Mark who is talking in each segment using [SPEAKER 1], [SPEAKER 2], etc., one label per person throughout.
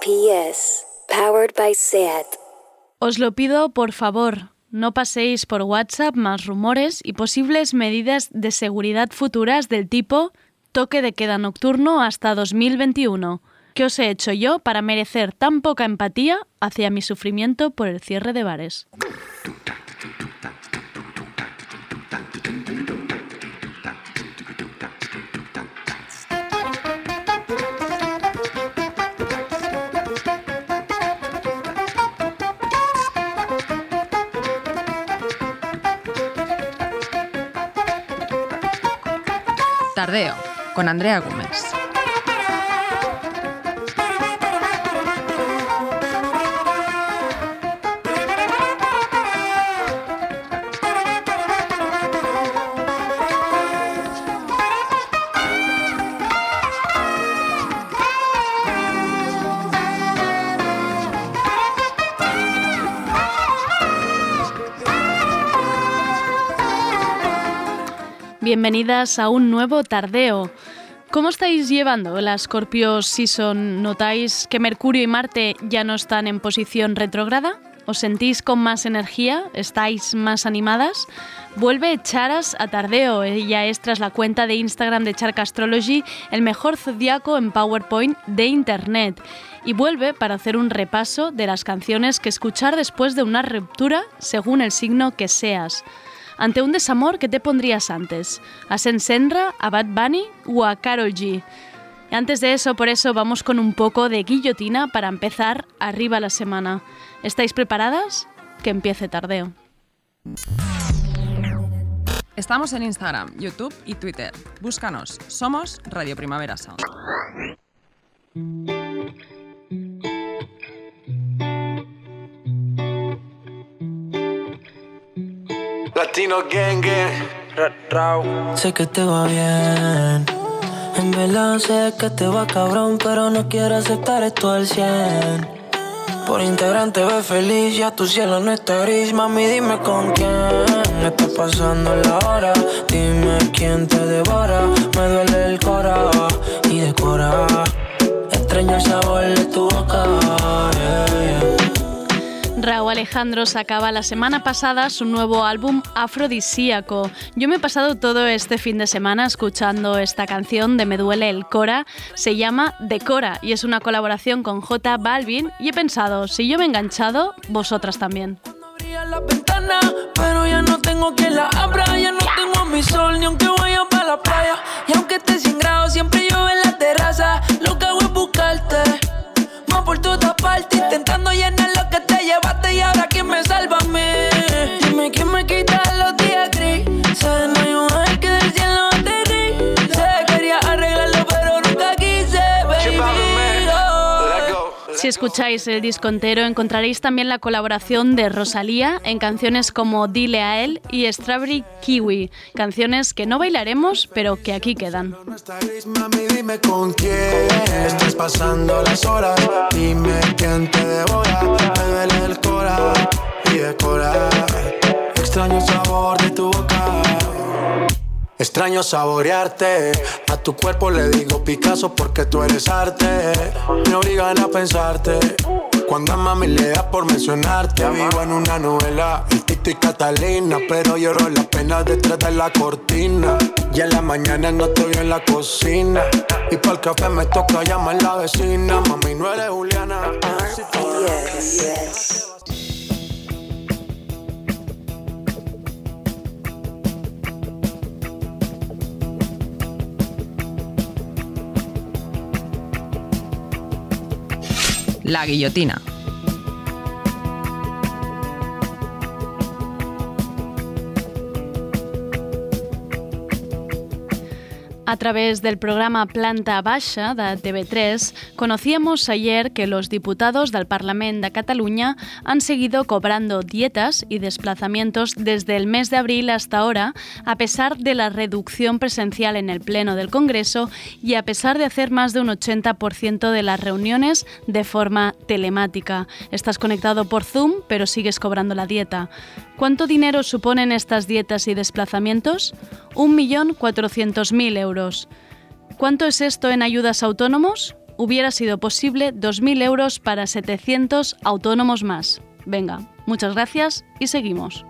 [SPEAKER 1] PS. Powered by SEAT.
[SPEAKER 2] Os lo pido, por favor, no paséis por WhatsApp más rumores y posibles medidas de seguridad futuras del tipo toque de queda nocturno hasta 2021. ¿Qué os he hecho yo para merecer tan poca empatía hacia mi sufrimiento por el cierre de bares?
[SPEAKER 3] Tardeo, con Andrea Gómez.
[SPEAKER 2] Bienvenidas a un nuevo tardeo. ¿Cómo estáis llevando la Scorpio Season? ¿Notáis que Mercurio y Marte ya no están en posición retrógrada? ¿Os sentís con más energía? ¿Estáis más animadas? Vuelve Charas a Tardeo. Ella es tras la cuenta de Instagram de Charca Astrology, el mejor zodiaco en PowerPoint de Internet. Y vuelve para hacer un repaso de las canciones que escuchar después de una ruptura según el signo que seas ante un desamor que te pondrías antes, a Sen Senra, a Bad Bunny o a Carol G. Antes de eso, por eso vamos con un poco de guillotina para empezar arriba la semana. ¿Estáis preparadas? Que empiece tardeo.
[SPEAKER 3] Estamos en Instagram, YouTube y Twitter. Búscanos. Somos Radio Primavera Sound.
[SPEAKER 4] Latino Gang Gang.
[SPEAKER 5] Sé que te va bien. En verdad sé que te va cabrón, pero no quiero aceptar esto al 100. Por Instagram te ves feliz, ya tu cielo no está gris. Mami, dime con quién está pasando la hora. Dime quién te devora. Me duele el cora y decora. Extraño el sabor de tu boca. yeah, yeah.
[SPEAKER 2] Raúl Alejandro sacaba la semana pasada su nuevo álbum Afrodisíaco. Yo me he pasado todo este fin de semana escuchando esta canción de Me duele el Cora. Se llama Decora y es una colaboración con J Balvin y he pensado, si yo me he enganchado, vosotras también.
[SPEAKER 5] No abría la ventana, pero ya no tengo quien la abra. Ya no tengo mi sol, ni aunque vaya para la playa. Y aunque esté sin grado, siempre yo en la terraza. Lo que hago es buscarte, más por todas partes. Intentando llenar lo que te llevaste. Y ahora, ¿quién me salva a mí? Dime quién me quita los días grises. No hay un ángel que del cielo aterrice. Quería arreglarlo, pero nunca quise, baby. Oh.
[SPEAKER 2] Si escucháis el disco entero encontraréis también la colaboración de Rosalía en canciones como Dile a él y Strawberry Kiwi, canciones que no bailaremos pero que aquí quedan.
[SPEAKER 4] No está gris, mami, dime con quién estás pasando las horas. Dime quién te devora. Me duele el cora y decora. Extraño el sabor de tu boca. Extraño saborearte. A tu cuerpo le digo Picasso porque tú eres arte. Me obligan a pensarte. Cuando a mami le da por mencionarte, vivo en una novela, el Tito y Catalina. Pero lloro las penas detrás de la cortina. Y en la mañana no estoy en la cocina. Y para el café me toca llamar la vecina. Mami, no eres Juliana.
[SPEAKER 1] PS.
[SPEAKER 3] La guillotina.
[SPEAKER 2] A través del programa Planta Baixa de TV3, conocíamos ayer que los diputados del Parlament de Cataluña han seguido cobrando dietas y desplazamientos desde el mes de abril hasta ahora, a pesar de la reducción presencial en el Pleno del Congreso y a pesar de hacer más de un 80% de las reuniones de forma telemática. Estás conectado por Zoom, pero sigues cobrando la dieta. ¿Cuánto dinero suponen estas dietas y desplazamientos? 1.400.000 euros. ¿Cuánto es esto en ayudas a autónomos? hubiera sido posible 2.000 euros para 700 autónomos más. Venga, muchas gracias y seguimos.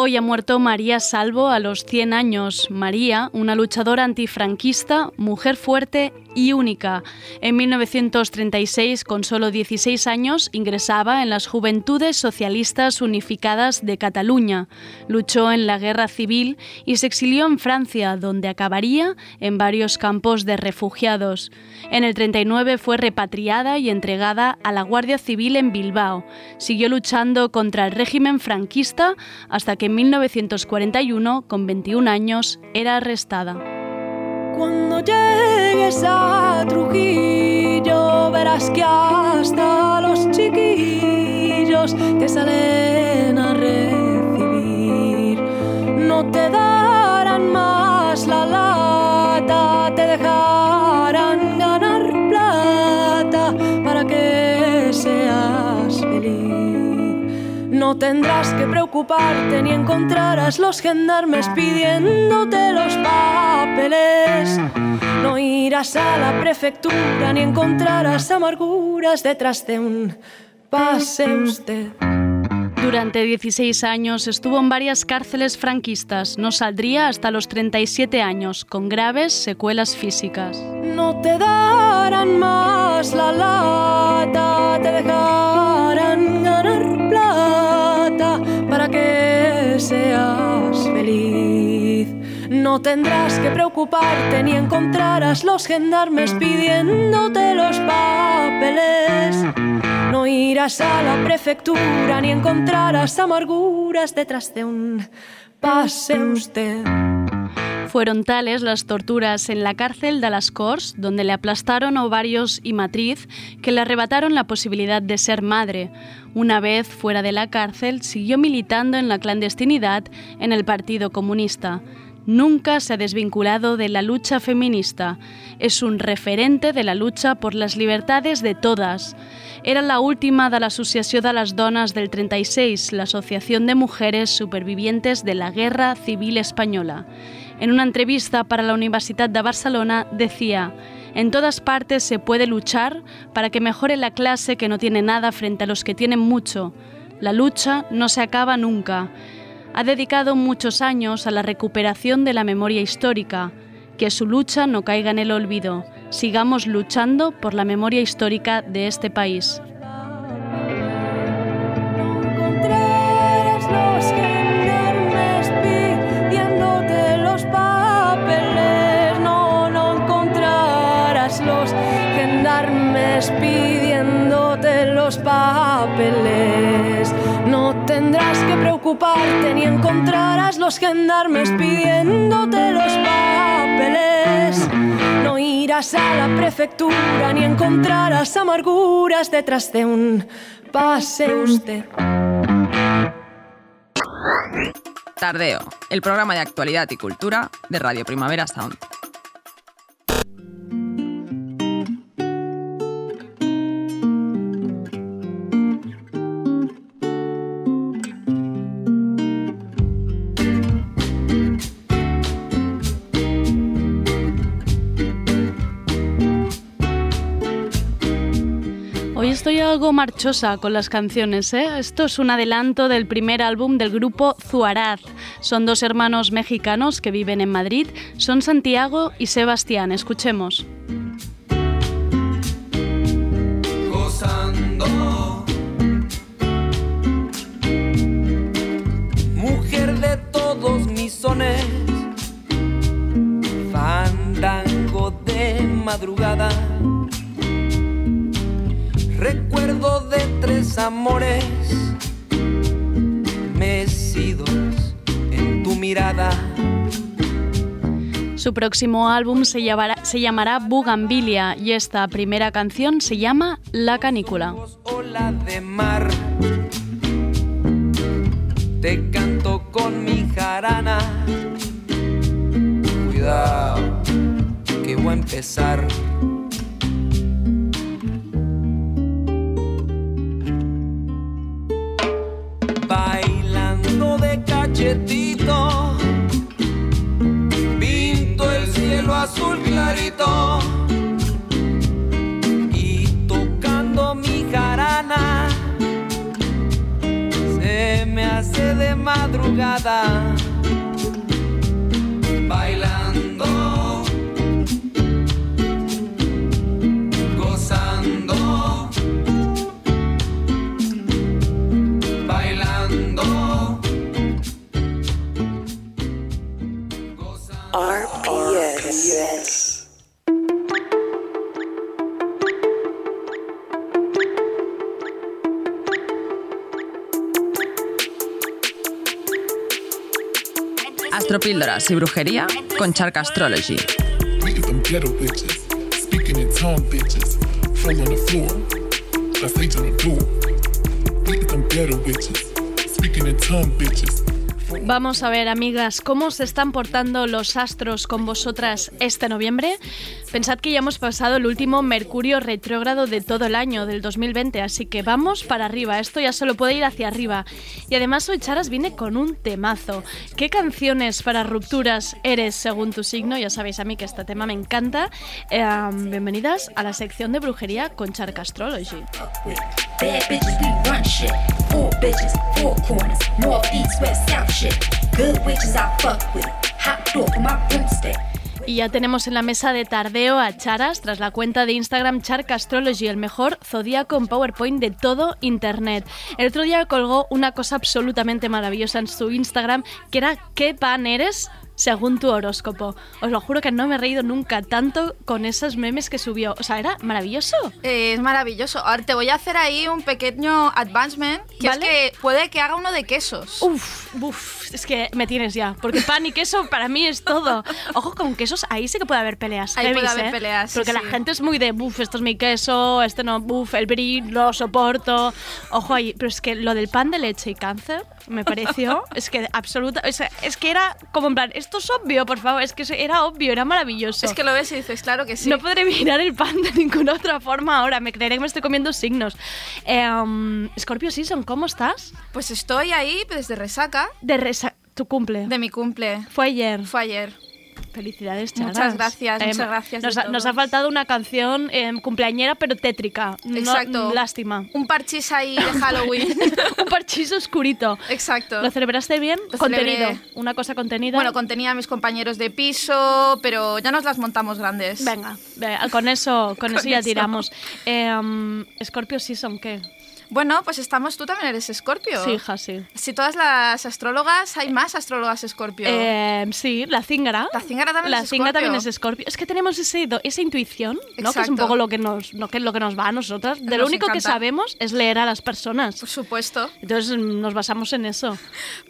[SPEAKER 2] Hoy ha muerto María Salvo a los 100 años. María, una luchadora antifranquista, mujer fuerte y única. En 1936, con solo 16 años, ingresaba en las Juventudes Socialistas Unificadas de Cataluña. Luchó en la Guerra Civil y se exilió en Francia, donde acabaría en varios campos de refugiados. En el 39 fue repatriada y entregada a la Guardia Civil en Bilbao. Siguió luchando contra el régimen franquista hasta que en 1941, con 21 años, era arrestada.
[SPEAKER 6] Cuando llegues a Trujillo verás que hasta los chiquillos te salen a recibir. No te darán más la lata, te dejarán ganar plata para que seas feliz. No tendrás que preocuparte ni encontrarás los gendarmes pidiéndote los papeles. No irás a la prefectura ni encontrarás amarguras detrás de un pase usted.
[SPEAKER 2] Durante 16 años estuvo en varias cárceles franquistas. No saldría hasta los 37 años, con graves secuelas físicas.
[SPEAKER 6] No te darán más la lata, te dejarán ganar plata para que seas feliz. No tendrás que preocuparte ni encontrarás los gendarmes pidiéndote los papeles. No irás a la prefectura ni encontrarás amarguras detrás de un pase usted.
[SPEAKER 2] Fueron tales las torturas en la cárcel de las Corts, donde le aplastaron ovarios y matriz, que le arrebataron la posibilidad de ser madre. Una vez fuera de la cárcel, siguió militando en la clandestinidad en el Partido Comunista. Nunca se ha desvinculado de la lucha feminista. Es un referente de la lucha por las libertades de todas. Era la última de l'Associació de les Dones del 36, l'Asociación de Mujeres Supervivientes de la Guerra Civil Española. En una entrevista para la Universidad de Barcelona decía, en todas partes se puede luchar para que mejore la clase que no tiene nada frente a los que tienen mucho. La lucha no se acaba nunca. Ha dedicado muchos años a la recuperación de la memoria histórica. Que su lucha no caiga en el olvido. Sigamos luchando por la memoria histórica de este país.
[SPEAKER 6] encontrarás los gendarmes pidiéndote los papeles. No, no encontrarás los gendarmes pidiéndote los papeles. No tendrás que preocuparte ni encontrarás los gendarmes pidiéndote los papeles. No irás a la prefectura ni encontrarás amarguras detrás de un pase usted.
[SPEAKER 3] Tardeo, el programa de actualidad y cultura de Radio Primavera Sound.
[SPEAKER 2] Hoy estoy algo marchosa con las canciones, ¿eh? Esto es un adelanto del primer álbum del grupo Zuaraz. Son dos hermanos mexicanos que viven en Madrid, son Santiago y Sebastián. Escuchemos.
[SPEAKER 5] gozando. Mujer de todos mis sones, fandango de madrugada. Recuerdo de tres amores mecidos en tu mirada.
[SPEAKER 2] Su próximo álbum se, llamará- se llamará Bugambilia y esta primera canción se llama La Canícula.
[SPEAKER 5] ola de mar.
[SPEAKER 7] te canto con mi jarana. Cuidado, que voy a empezar. Bailando de cachetito, pinto el cielo azul clarito. Y tocando mi jarana se me hace de madrugada bailando gozando bailando
[SPEAKER 1] RPS.
[SPEAKER 3] Astropíldoras y brujería con Shark Astrology.
[SPEAKER 8] Look at them ghetto bitches, speaking in tongue bitches, fell on the floor. That's they on the door. Look at them ghetto bitches, speaking in tongue bitches.
[SPEAKER 2] Vamos a ver, amigas, cómo se están portando los astros con vosotras este noviembre. Pensad que ya hemos pasado el último Mercurio retrógrado de todo el año, del 2020, así que vamos para arriba. Esto ya solo puede ir hacia arriba. Y además hoy Charas viene con un temazo. ¿Qué canciones para rupturas eres según tu signo? Ya sabéis a mí que este tema me encanta. Eh, bienvenidas a la sección de brujería con Charca Astrology.
[SPEAKER 9] Bad bitches, we run shit. Four bitches, four corners. North, east, west, south shit. Good witches, I fuck with. Hot door for my broomstick.
[SPEAKER 2] Y ya tenemos en la mesa de tardeo a Charas tras la cuenta de Instagram Charca Astrology, el mejor zodíaco en PowerPoint de todo Internet. El otro día colgó una cosa absolutamente maravillosa en su Instagram, que era ¿qué pan eres? Según tu horóscopo. Os lo juro que no me he reído nunca tanto con esos memes que subió. O sea, era maravilloso.
[SPEAKER 10] Eh, es maravilloso. Ahora te voy a hacer ahí un pequeño advancement, que
[SPEAKER 2] ¿Vale?
[SPEAKER 10] es que puede que haga uno de quesos.
[SPEAKER 2] Uf, uf, es que me tienes ya. Porque pan y queso para mí es todo. Ojo con quesos, ahí sí que puede haber peleas.
[SPEAKER 10] Ahí puede
[SPEAKER 2] heavies,
[SPEAKER 10] haber
[SPEAKER 2] ¿eh?
[SPEAKER 10] peleas, sí,
[SPEAKER 2] Porque la
[SPEAKER 10] sí.
[SPEAKER 2] gente es muy de, buf, esto es mi queso, este no, buf, el brie, lo soporto. Ojo ahí. Pero es que lo del pan de leche y cáncer me pareció, es que absoluta. o sea, es que era como en plan, esto es obvio, por favor. Es que eso era obvio, era maravilloso.
[SPEAKER 10] Es que lo ves y dices, claro que sí.
[SPEAKER 2] No podré mirar el pan de ninguna otra forma ahora. Me creeré que me estoy comiendo signos. Escorpio Scorpio Season, ¿cómo estás?
[SPEAKER 10] pues estoy ahí desde resaca
[SPEAKER 2] De resa tu cumple.
[SPEAKER 10] de mi cumple.
[SPEAKER 2] Fue ayer.
[SPEAKER 10] Fue ayer.
[SPEAKER 2] Felicidades,
[SPEAKER 10] Muchas
[SPEAKER 2] Charas.
[SPEAKER 10] gracias, muchas gracias de
[SPEAKER 2] Nos ha, nos
[SPEAKER 10] todos.
[SPEAKER 2] ha faltado una canción eh, cumpleañera, pero tétrica. No-
[SPEAKER 10] Exacto.
[SPEAKER 2] lástima.
[SPEAKER 10] Un parchís ahí de Halloween.
[SPEAKER 2] Un parchís oscurito.
[SPEAKER 10] Exacto.
[SPEAKER 2] ¿Lo celebraste bien?
[SPEAKER 10] Lo
[SPEAKER 2] contenido.
[SPEAKER 10] celebré.
[SPEAKER 2] Una cosa contenida.
[SPEAKER 10] Bueno, contenía a mis compañeros de piso, pero ya nos las montamos grandes.
[SPEAKER 2] Venga, ve- con eso, con, eso ya
[SPEAKER 10] eso.
[SPEAKER 2] tiramos. Eh, um, Scorpio Season, ¿qué?
[SPEAKER 10] Bueno, pues estamos, tú también eres escorpio.
[SPEAKER 2] Sí, hija, sí.
[SPEAKER 10] Si todas las astrólogas, hay más astrólogas escorpio.
[SPEAKER 2] Eh, sí, la cíngara.
[SPEAKER 10] La cíngara también
[SPEAKER 2] La
[SPEAKER 10] es
[SPEAKER 2] cíngara
[SPEAKER 10] escorpio.
[SPEAKER 2] también es escorpio. Es que tenemos ese, do- esa intuición, ¿no? que es un
[SPEAKER 10] Exacto.
[SPEAKER 2] poco lo que nos, lo que, lo que nos va a nosotras. De lo
[SPEAKER 10] Nos
[SPEAKER 2] único que
[SPEAKER 10] encanta.
[SPEAKER 2] sabemos es leer a las personas.
[SPEAKER 10] Por supuesto.
[SPEAKER 2] Entonces mm, nos basamos en eso.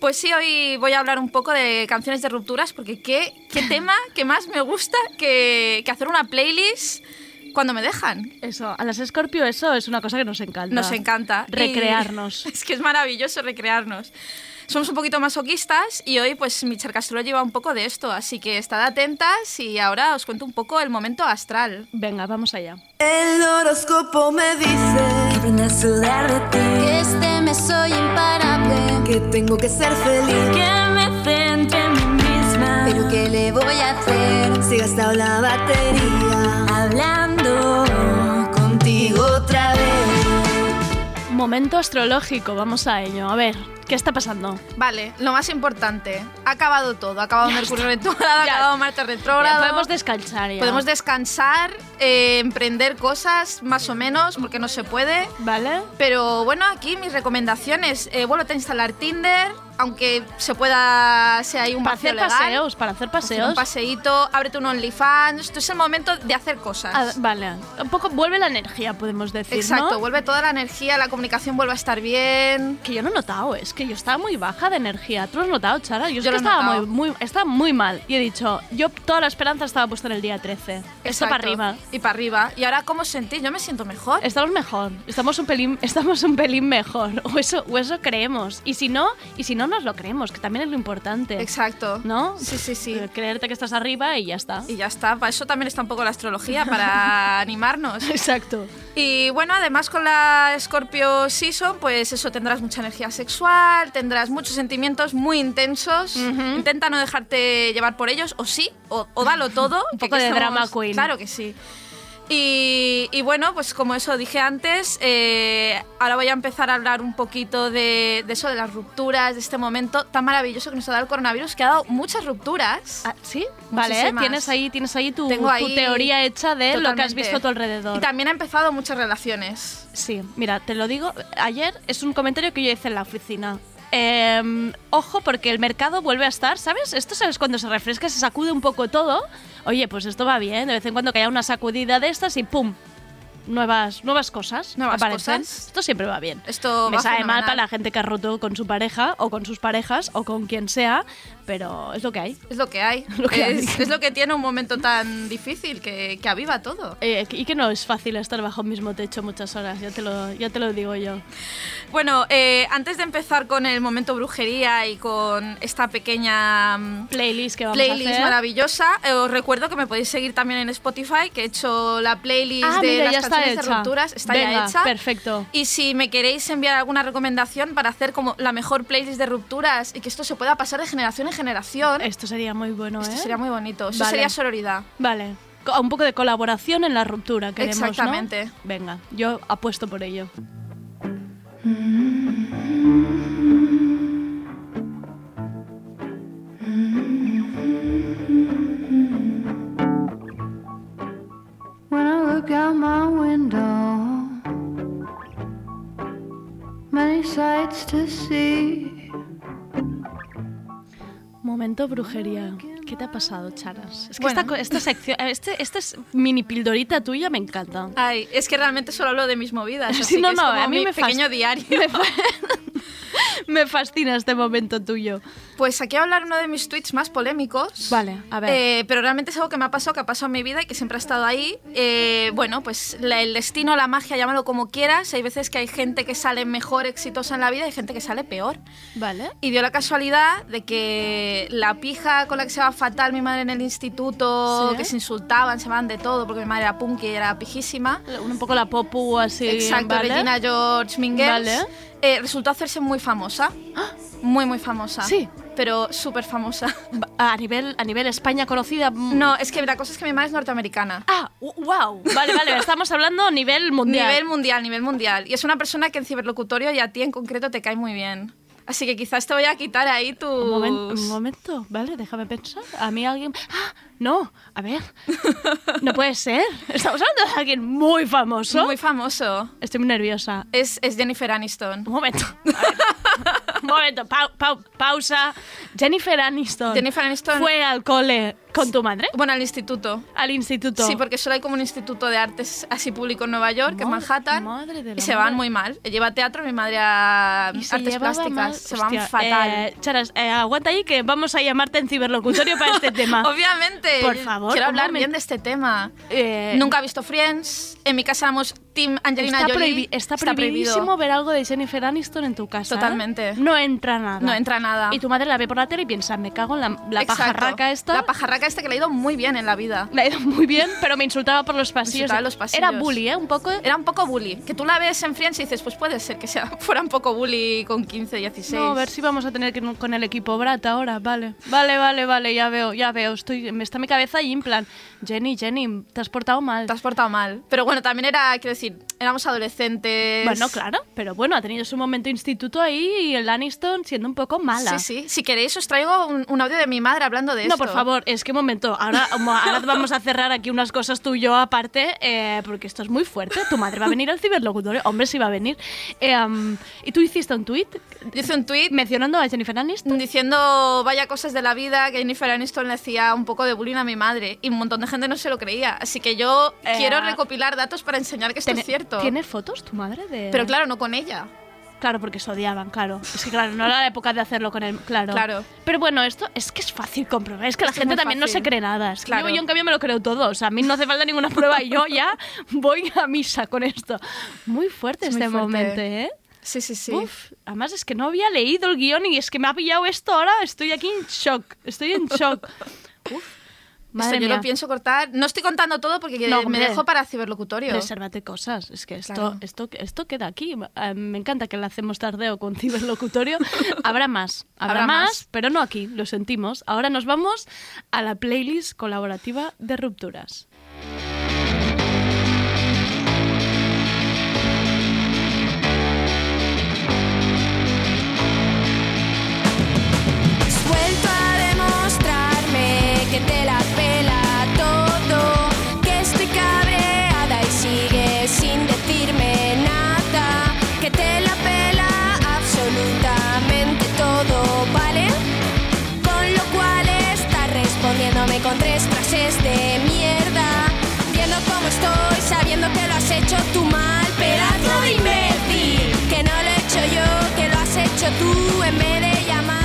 [SPEAKER 10] Pues sí, hoy voy a hablar un poco de canciones de rupturas, porque qué, qué tema que más me gusta que, que hacer una playlist cuando me dejan.
[SPEAKER 2] Eso, a las Scorpio eso es una cosa que nos encanta.
[SPEAKER 10] Nos encanta. Y-
[SPEAKER 2] Recrearnos.
[SPEAKER 10] es que es maravilloso recrearnos. Somos un poquito masoquistas y hoy pues mi charcastrolo lleva un poco de esto, así que estad atentas y ahora os cuento un poco el momento astral.
[SPEAKER 2] Venga, vamos allá.
[SPEAKER 6] El horóscopo me dice que vine a hablar de ti, que este mes soy imparable, que tengo que ser feliz, que me centre en mí misma, pero que le voy a hacer si he gastado la batería hablando contigo otra vez.
[SPEAKER 2] Momento astrológico, vamos a ello. A ver, ¿qué está pasando?
[SPEAKER 10] Vale, lo más importante, ha acabado todo, ha acabado Mercurio retrógrado, ha
[SPEAKER 2] Ya.
[SPEAKER 10] acabado Marte retrógrado.
[SPEAKER 2] Ya podemos descansar ya.
[SPEAKER 10] Podemos descansar, eh, emprender cosas más o menos, porque no se puede.
[SPEAKER 2] ¿Vale?
[SPEAKER 10] Pero bueno, aquí mis recomendaciones. Eh, vuélvete a instalar Tinder, aunque se pueda, sea ahí un
[SPEAKER 2] Para
[SPEAKER 10] vacío
[SPEAKER 2] hacer
[SPEAKER 10] legal.
[SPEAKER 2] paseos, para hacer
[SPEAKER 10] Hacer
[SPEAKER 2] paseos.
[SPEAKER 10] Un paseíto, ábrete un OnlyFans. Esto es el momento de hacer cosas.
[SPEAKER 2] Ah, vale, un poco vuelve la energía, podemos decir,
[SPEAKER 10] Exacto,
[SPEAKER 2] ¿no?
[SPEAKER 10] vuelve toda la energía, la comunicación vuelve a estar bien.
[SPEAKER 2] Que yo no he notado, es que yo estaba muy baja de energía. ¿Tú lo has notado, Chara? Yo,
[SPEAKER 10] Yo
[SPEAKER 2] es que
[SPEAKER 10] lo he
[SPEAKER 2] estaba
[SPEAKER 10] notado.
[SPEAKER 2] muy, muy, estaba muy mal. Y he dicho, yo toda la esperanza estaba puesta en el día 13. Esto
[SPEAKER 10] Exacto,
[SPEAKER 2] para arriba. Este.
[SPEAKER 10] Y para arriba. ¿Y ahora cómo os sentís? Yo me siento mejor.
[SPEAKER 2] Estamos mejor, estamos un pelín, estamos un pelín mejor, o eso, o eso creemos. Y si no, y si no, nos lo creemos, que también es lo importante.
[SPEAKER 10] Exacto.
[SPEAKER 2] ¿No? Eh,
[SPEAKER 10] Sí, sí, sí.
[SPEAKER 2] Creerte que estás arriba y ya está.
[SPEAKER 10] Y ya está, para eso también está un poco la astrología, para animarnos.
[SPEAKER 2] Exacto.
[SPEAKER 10] Y bueno, además con la Scorpio Season, pues eso, tendrás mucha energía sexual, tendrás muchos sentimientos muy intensos. Intenta no dejarte llevar por ellos, o sí, o, o dalo todo.
[SPEAKER 2] Un
[SPEAKER 10] que
[SPEAKER 2] poco
[SPEAKER 10] aquí
[SPEAKER 2] de
[SPEAKER 10] estamos-
[SPEAKER 2] drama queen.
[SPEAKER 10] Claro que sí. Y, y bueno, pues como eso dije antes, eh, ahora voy a empezar a hablar un poquito de, de eso, de las rupturas, de este momento tan maravilloso que nos ha dado el coronavirus, que ha dado muchas rupturas.
[SPEAKER 2] Ah, ¿Sí? Vale, ¿eh?
[SPEAKER 10] Muchísimas.
[SPEAKER 2] tienes ahí, tienes ahí tu,
[SPEAKER 10] Tengo
[SPEAKER 2] tu
[SPEAKER 10] ahí
[SPEAKER 2] teoría hecha de lo que has
[SPEAKER 10] totalmente.
[SPEAKER 2] visto a tu alrededor.
[SPEAKER 10] Y también ha empezado muchas relaciones.
[SPEAKER 2] Sí, mira, te lo digo, ayer es un comentario que yo hice en la oficina. Em, ojo, porque el mercado vuelve a estar, ¿sabes? Esto, ¿sabes? Cuando se refresca, se sacude un poco todo. Oye, pues esto va bien, de vez en cuando que haya una sacudida de estas y ¡pum! Nuevas, nuevas cosas
[SPEAKER 10] Nuevas
[SPEAKER 2] aparecen.
[SPEAKER 10] cosas.
[SPEAKER 2] Esto siempre va bien.
[SPEAKER 10] Esto
[SPEAKER 2] Me
[SPEAKER 10] va
[SPEAKER 2] sabe mal
[SPEAKER 10] fenomenal.
[SPEAKER 2] para la gente que ha roto con su pareja o con sus parejas o con quien sea, pero es lo que hay.
[SPEAKER 10] Es lo que hay.
[SPEAKER 2] Lo que
[SPEAKER 10] es,
[SPEAKER 2] hay.
[SPEAKER 10] es lo que tiene un momento tan difícil, que, que aviva todo.
[SPEAKER 2] Eh, y que no es fácil estar bajo el mismo techo muchas horas, ya te lo, ya te lo digo yo.
[SPEAKER 10] Bueno, eh, antes de empezar con el momento brujería y con esta pequeña mm,
[SPEAKER 2] Playlist que vamos a
[SPEAKER 10] playlist
[SPEAKER 2] hacer.
[SPEAKER 10] maravillosa, eh, os recuerdo que me podéis seguir también en Spotify, que he hecho la playlist
[SPEAKER 2] Ah,
[SPEAKER 10] de
[SPEAKER 2] mira,
[SPEAKER 10] las
[SPEAKER 2] ya está
[SPEAKER 10] canciones de
[SPEAKER 2] hecha.
[SPEAKER 10] rupturas, está ya
[SPEAKER 2] Venga,
[SPEAKER 10] hecha.
[SPEAKER 2] perfecto.
[SPEAKER 10] Y si me queréis enviar alguna recomendación para hacer como la mejor playlist de rupturas y que esto se pueda pasar de generación en generación,
[SPEAKER 2] Esto sería muy bueno,
[SPEAKER 10] esto
[SPEAKER 2] ¿eh?
[SPEAKER 10] sería muy bonito. Eso
[SPEAKER 2] Vale.
[SPEAKER 10] sería sororidad.
[SPEAKER 2] Vale. Co- Un poco de colaboración en la ruptura queremos, ¿no?
[SPEAKER 10] Exactamente.
[SPEAKER 2] Venga, yo apuesto por ello.
[SPEAKER 11] When I look out my window, many sights to see.
[SPEAKER 2] Momento brujería. ¿Qué te ha pasado, Charas? Es que
[SPEAKER 10] Bueno.
[SPEAKER 2] esta, co- esta sección, eh, este, esta es mini pildorita tuya me encanta.
[SPEAKER 10] Ay, es que realmente solo hablo de mis movidas,
[SPEAKER 2] Sí,
[SPEAKER 10] así
[SPEAKER 2] no,
[SPEAKER 10] que es
[SPEAKER 2] no,
[SPEAKER 10] como
[SPEAKER 2] a mí
[SPEAKER 10] mi
[SPEAKER 2] me fas-
[SPEAKER 10] pequeño diario.
[SPEAKER 2] Me fascina este momento tuyo.
[SPEAKER 10] Pues aquí voy a hablar uno de mis tweets más polémicos.
[SPEAKER 2] Vale, a ver.
[SPEAKER 10] Eh, pero realmente es algo que me ha pasado, que ha pasado en mi vida y que siempre ha estado ahí. Eh, bueno, pues la- el destino, la magia, llámalo como quieras. Hay veces que hay gente que sale mejor, exitosa en la vida y hay gente que sale peor.
[SPEAKER 2] Vale.
[SPEAKER 10] Y dio la casualidad de que la pija con la que se va fatal mi madre en el instituto,
[SPEAKER 2] Sí.
[SPEAKER 10] que se insultaban, se van de todo, porque mi madre era punk y era pijísima.
[SPEAKER 2] Un poco la popu así.
[SPEAKER 10] Exacto,
[SPEAKER 2] Eh, ¿vale?
[SPEAKER 10] Regina George Mingels.
[SPEAKER 2] Vale.
[SPEAKER 10] Eh, resultó hacerse muy famosa. Muy, muy famosa.
[SPEAKER 2] Sí.
[SPEAKER 10] Pero súper famosa.
[SPEAKER 2] A nivel, a nivel España conocida. mm.
[SPEAKER 10] No, es que la cosa es que mi madre es norteamericana.
[SPEAKER 2] Ah, wow. Vale, vale, estamos hablando a nivel mundial.
[SPEAKER 10] Nivel mundial, nivel mundial. Y es una persona que en ciberlocutorio y a ti en concreto te cae muy bien. Así que quizás te voy a quitar ahí tu...
[SPEAKER 2] Un, momen- un momento, ¿vale? Déjame pensar. A mí alguien... ¡Ah! No, a ver. No puede ser. Estamos hablando de alguien muy famoso.
[SPEAKER 10] Muy famoso.
[SPEAKER 2] Estoy muy nerviosa.
[SPEAKER 10] Es, es Jennifer Aniston.
[SPEAKER 2] Un momento. A ver. Un momento. Pau- pau- pausa. Jennifer Aniston.
[SPEAKER 10] Jennifer Aniston-
[SPEAKER 2] Fue al cole con tu madre,
[SPEAKER 10] Bueno, al instituto.
[SPEAKER 2] al instituto.
[SPEAKER 10] Sí, porque solo hay como un instituto de artes así público en Nueva York, en
[SPEAKER 2] Madre-
[SPEAKER 10] Manhattan.
[SPEAKER 2] madre de la
[SPEAKER 10] y se
[SPEAKER 2] madre.
[SPEAKER 10] van muy mal. Lleva a teatro mi madre a
[SPEAKER 2] Y se
[SPEAKER 10] artes
[SPEAKER 2] llevaba
[SPEAKER 10] plásticas.
[SPEAKER 2] mal-
[SPEAKER 10] Se van
[SPEAKER 2] Hostia,
[SPEAKER 10] fatal.
[SPEAKER 2] eh, Charas, eh, aguanta ahí que vamos a llamarte en ciberlocutorio para este tema.
[SPEAKER 10] Obviamente.
[SPEAKER 2] Por
[SPEAKER 10] yo
[SPEAKER 2] favor,
[SPEAKER 10] Quiero
[SPEAKER 2] un
[SPEAKER 10] hablar
[SPEAKER 2] momento.
[SPEAKER 10] bien de este tema.
[SPEAKER 2] Eh,
[SPEAKER 10] Nunca he visto Friends. En mi casa éramos Team Angelina
[SPEAKER 2] Está,
[SPEAKER 10] Jolie.
[SPEAKER 2] prohibi- está
[SPEAKER 10] prohibido.
[SPEAKER 2] prohibidísimo ver algo de Jennifer Aniston en tu casa. ¿eh?
[SPEAKER 10] Totalmente.
[SPEAKER 2] No entra nada.
[SPEAKER 10] No entra nada.
[SPEAKER 2] Y tu madre la ve por la tele y piensa, me cago en la, la
[SPEAKER 10] Exacto.
[SPEAKER 2] pajarraca esta.
[SPEAKER 10] La pajarraca esta que le ha ido muy bien en la vida.
[SPEAKER 2] me ha ido muy bien, pero me insultaba por los pasillos.
[SPEAKER 10] insultaba en los
[SPEAKER 2] Era
[SPEAKER 10] pasillos.
[SPEAKER 2] bully, ¿eh? Un poco.
[SPEAKER 10] Era un poco bully. Que tú la ves en Friends y dices, pues puede ser que sea, fuera un poco bully con 15, 16.
[SPEAKER 2] No, a ver si vamos a tener que ir con el equipo Brata ahora. Vale, vale, vale, vale, ya veo, ya veo. Estoy, me está mi cabeza allí en plan, Jenny, Jenny, te has portado mal.
[SPEAKER 10] Te has portado mal. Pero bueno, también era, quiero decir, éramos adolescentes.
[SPEAKER 2] Bueno, claro, pero bueno, ha tenido su momento instituto ahí y el Aniston siendo un poco mala.
[SPEAKER 10] Sí, sí. Si queréis, os traigo un, un audio de mi madre hablando de
[SPEAKER 2] No,
[SPEAKER 10] esto.
[SPEAKER 2] por favor, es que momento. Ahora, mo- ahora vamos a cerrar aquí unas cosas tú y yo aparte, eh, porque esto es muy fuerte. Tu madre va a venir al ciberlocutorio. Hombre, sí va a venir. Eh, um, y tú hiciste un tuit
[SPEAKER 10] Dice un tuit
[SPEAKER 2] mencionando a Jennifer Aniston.
[SPEAKER 10] diciendo vaya cosas de la vida que Jennifer Aniston le hacía un poco de bullying a mi madre y un montón de gente no se lo creía. Así que yo
[SPEAKER 2] Eh,
[SPEAKER 10] quiero recopilar datos para enseñar que esto
[SPEAKER 2] Tiene-
[SPEAKER 10] es cierto.
[SPEAKER 2] ¿Tiene fotos tu madre de.?
[SPEAKER 10] Pero claro, no con ella.
[SPEAKER 2] Claro, porque se odiaban, claro. Es que, claro, no era la época de hacerlo con él, claro.
[SPEAKER 10] Claro.
[SPEAKER 2] Pero bueno, esto es que es fácil comprobar. Es que la
[SPEAKER 10] Es que es
[SPEAKER 2] gente
[SPEAKER 10] muy
[SPEAKER 2] también no
[SPEAKER 10] fácil.
[SPEAKER 2] se cree nada. Es que
[SPEAKER 10] Claro.
[SPEAKER 2] yo, yo, en cambio, me lo creo todo. O sea, a mí no hace falta ninguna prueba y yo ya voy a misa con esto. Muy fuerte
[SPEAKER 10] Es muy
[SPEAKER 2] este
[SPEAKER 10] fuerte.
[SPEAKER 2] momento, ¿eh?
[SPEAKER 10] Sí, sí, sí.
[SPEAKER 2] Uf, además es que no había leído el guión y es que me ha pillado esto ahora. Estoy aquí en shock. Estoy en shock. Uf, madre
[SPEAKER 10] Esto yo
[SPEAKER 2] mía.
[SPEAKER 10] lo pienso cortar. No estoy contando todo porque
[SPEAKER 2] No,
[SPEAKER 10] me
[SPEAKER 2] hombre.
[SPEAKER 10] dejo para ciberlocutorio.
[SPEAKER 2] Resérvate cosas. Es que esto,
[SPEAKER 10] Claro.
[SPEAKER 2] esto, esto queda aquí. Eh, me encanta que lo hacemos tardeo con ciberlocutorio. Habrá más. Habrá,
[SPEAKER 10] Habrá
[SPEAKER 2] más,
[SPEAKER 10] más.
[SPEAKER 2] pero no aquí. Lo sentimos. Ahora nos vamos a la playlist colaborativa de rupturas.
[SPEAKER 5] Vuelto a demostrarme que te la pela todo, que estoy cabreada y sigue sin decirme nada, que te la pela absolutamente todo, ¿vale? Con lo cual estás respondiéndome con tres frases de mierda, viendo cómo estoy, sabiendo que lo has hecho tú mal, pedazo de imbécil, que no lo he hecho yo, que lo has hecho tú en vez de llamarme.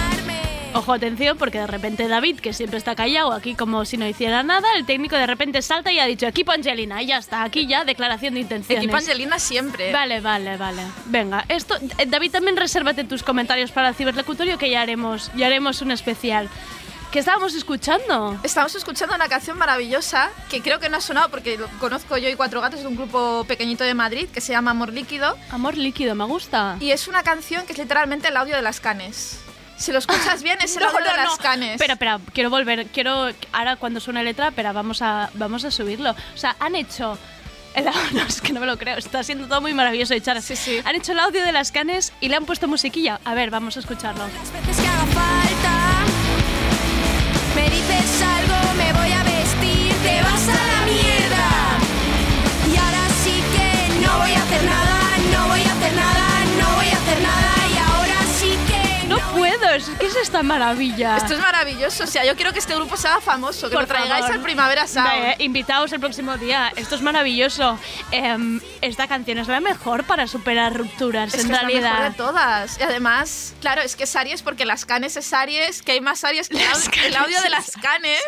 [SPEAKER 2] Ojo, atención, porque de repente David, que siempre está callado aquí como si no hiciera nada, el técnico de repente salta y ha dicho equipo Angelina. Y ya está, aquí ya declaración de intenciones.
[SPEAKER 10] Equipo Angelina siempre.
[SPEAKER 2] Vale, vale, vale. Venga, esto eh, David también resérvate tus comentarios para el ciberlocutorio que ya haremos, ya haremos un especial. ¿Qué estábamos escuchando?
[SPEAKER 10] Estamos escuchando una canción maravillosa que creo que no ha sonado porque lo conozco yo y Cuatro Gatos de un grupo pequeñito de Madrid que se llama Amor Líquido.
[SPEAKER 2] Amor Líquido, me gusta.
[SPEAKER 10] Y es una canción que es literalmente el audio de las canes. Si lo escuchas bien, es el audio de las canes.
[SPEAKER 2] Espera, espera, quiero volver, quiero ahora cuando suene letra, pero vamos a vamos a subirlo. O sea, han hecho el audio, es que no me lo creo, está siendo todo muy maravilloso, Chara. Sí, sí. Han hecho el audio de las canes y le han puesto musiquilla. A ver, vamos a escucharlo.
[SPEAKER 5] Me dices algo, me voy a vestir, te vas a la mierda. Y ahora sí que no voy a hacer nada, no voy a hacer nada, no voy a hacer nada. Y ahora sí que
[SPEAKER 2] No puedo, es que es esta maravilla.
[SPEAKER 10] Esto es maravilloso. O sea, yo quiero que este grupo sea famoso, que
[SPEAKER 2] Por
[SPEAKER 10] lo traigáis
[SPEAKER 2] favor.
[SPEAKER 10] al Primavera Sound.
[SPEAKER 2] Ve, invitaos el próximo día. Esto es maravilloso. Em, esta canción es la mejor para superar rupturas,
[SPEAKER 10] Es
[SPEAKER 2] en
[SPEAKER 10] que es la
[SPEAKER 2] realidad.
[SPEAKER 10] mejor de todas. Y además, claro, es que es Aries porque las canes es Aries, que hay más Aries que el au- el
[SPEAKER 2] Canes
[SPEAKER 10] audio de
[SPEAKER 2] es
[SPEAKER 10] las canes.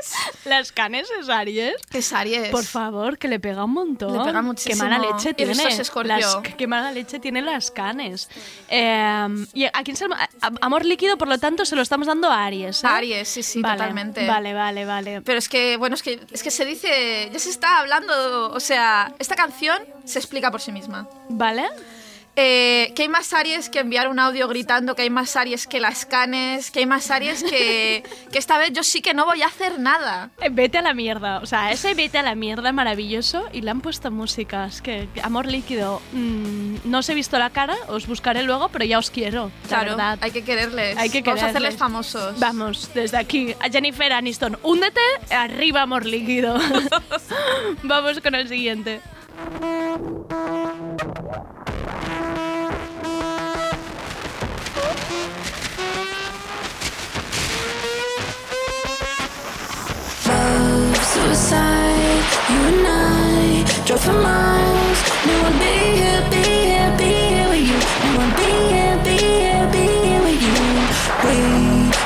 [SPEAKER 2] ¿Las canes es Aries?
[SPEAKER 10] Es Aries.
[SPEAKER 2] Por favor, que le pega un montón.
[SPEAKER 10] Le pega muchísimo.
[SPEAKER 2] Qué mala leche
[SPEAKER 10] Y
[SPEAKER 2] tiene.
[SPEAKER 10] eso es Escorpio.
[SPEAKER 2] Las- qué mala leche tiene las canes. Em, ¿Y a quién se lo- a- a- Amor líquido, por lo tanto, se lo estamos dando a Aries. ¿eh?
[SPEAKER 10] Aries, sí, sí,
[SPEAKER 2] Vale,
[SPEAKER 10] totalmente.
[SPEAKER 2] Vale, vale, vale.
[SPEAKER 10] Pero es que, bueno, es que, es que se dice, ya se está hablando, o sea, esta canción se explica por sí misma.
[SPEAKER 2] ¿Vale?
[SPEAKER 10] Eh, que hay más Aries que enviar un audio gritando que hay más Aries que las canes, que hay más Aries que, que esta vez yo sí que no voy a hacer nada.
[SPEAKER 2] Eh, Vete a la mierda, o sea, ese vete a la mierda maravilloso y le han puesto música, es que que amor líquido, mm, no os he visto la cara, os buscaré luego, pero ya os quiero, la
[SPEAKER 10] Claro,
[SPEAKER 2] verdad.
[SPEAKER 10] hay que quererles.
[SPEAKER 2] Hay que
[SPEAKER 10] Vamos a
[SPEAKER 2] quererles.
[SPEAKER 10] hacerles famosos.
[SPEAKER 2] Vamos, desde aquí, a Jennifer Aniston, húndete, arriba amor líquido. Vamos con el siguiente.
[SPEAKER 5] Love, suicide, you and I drove for miles. Knew I'd be here, be here, be here with you. Knew I'd be here, be here, be here with you. We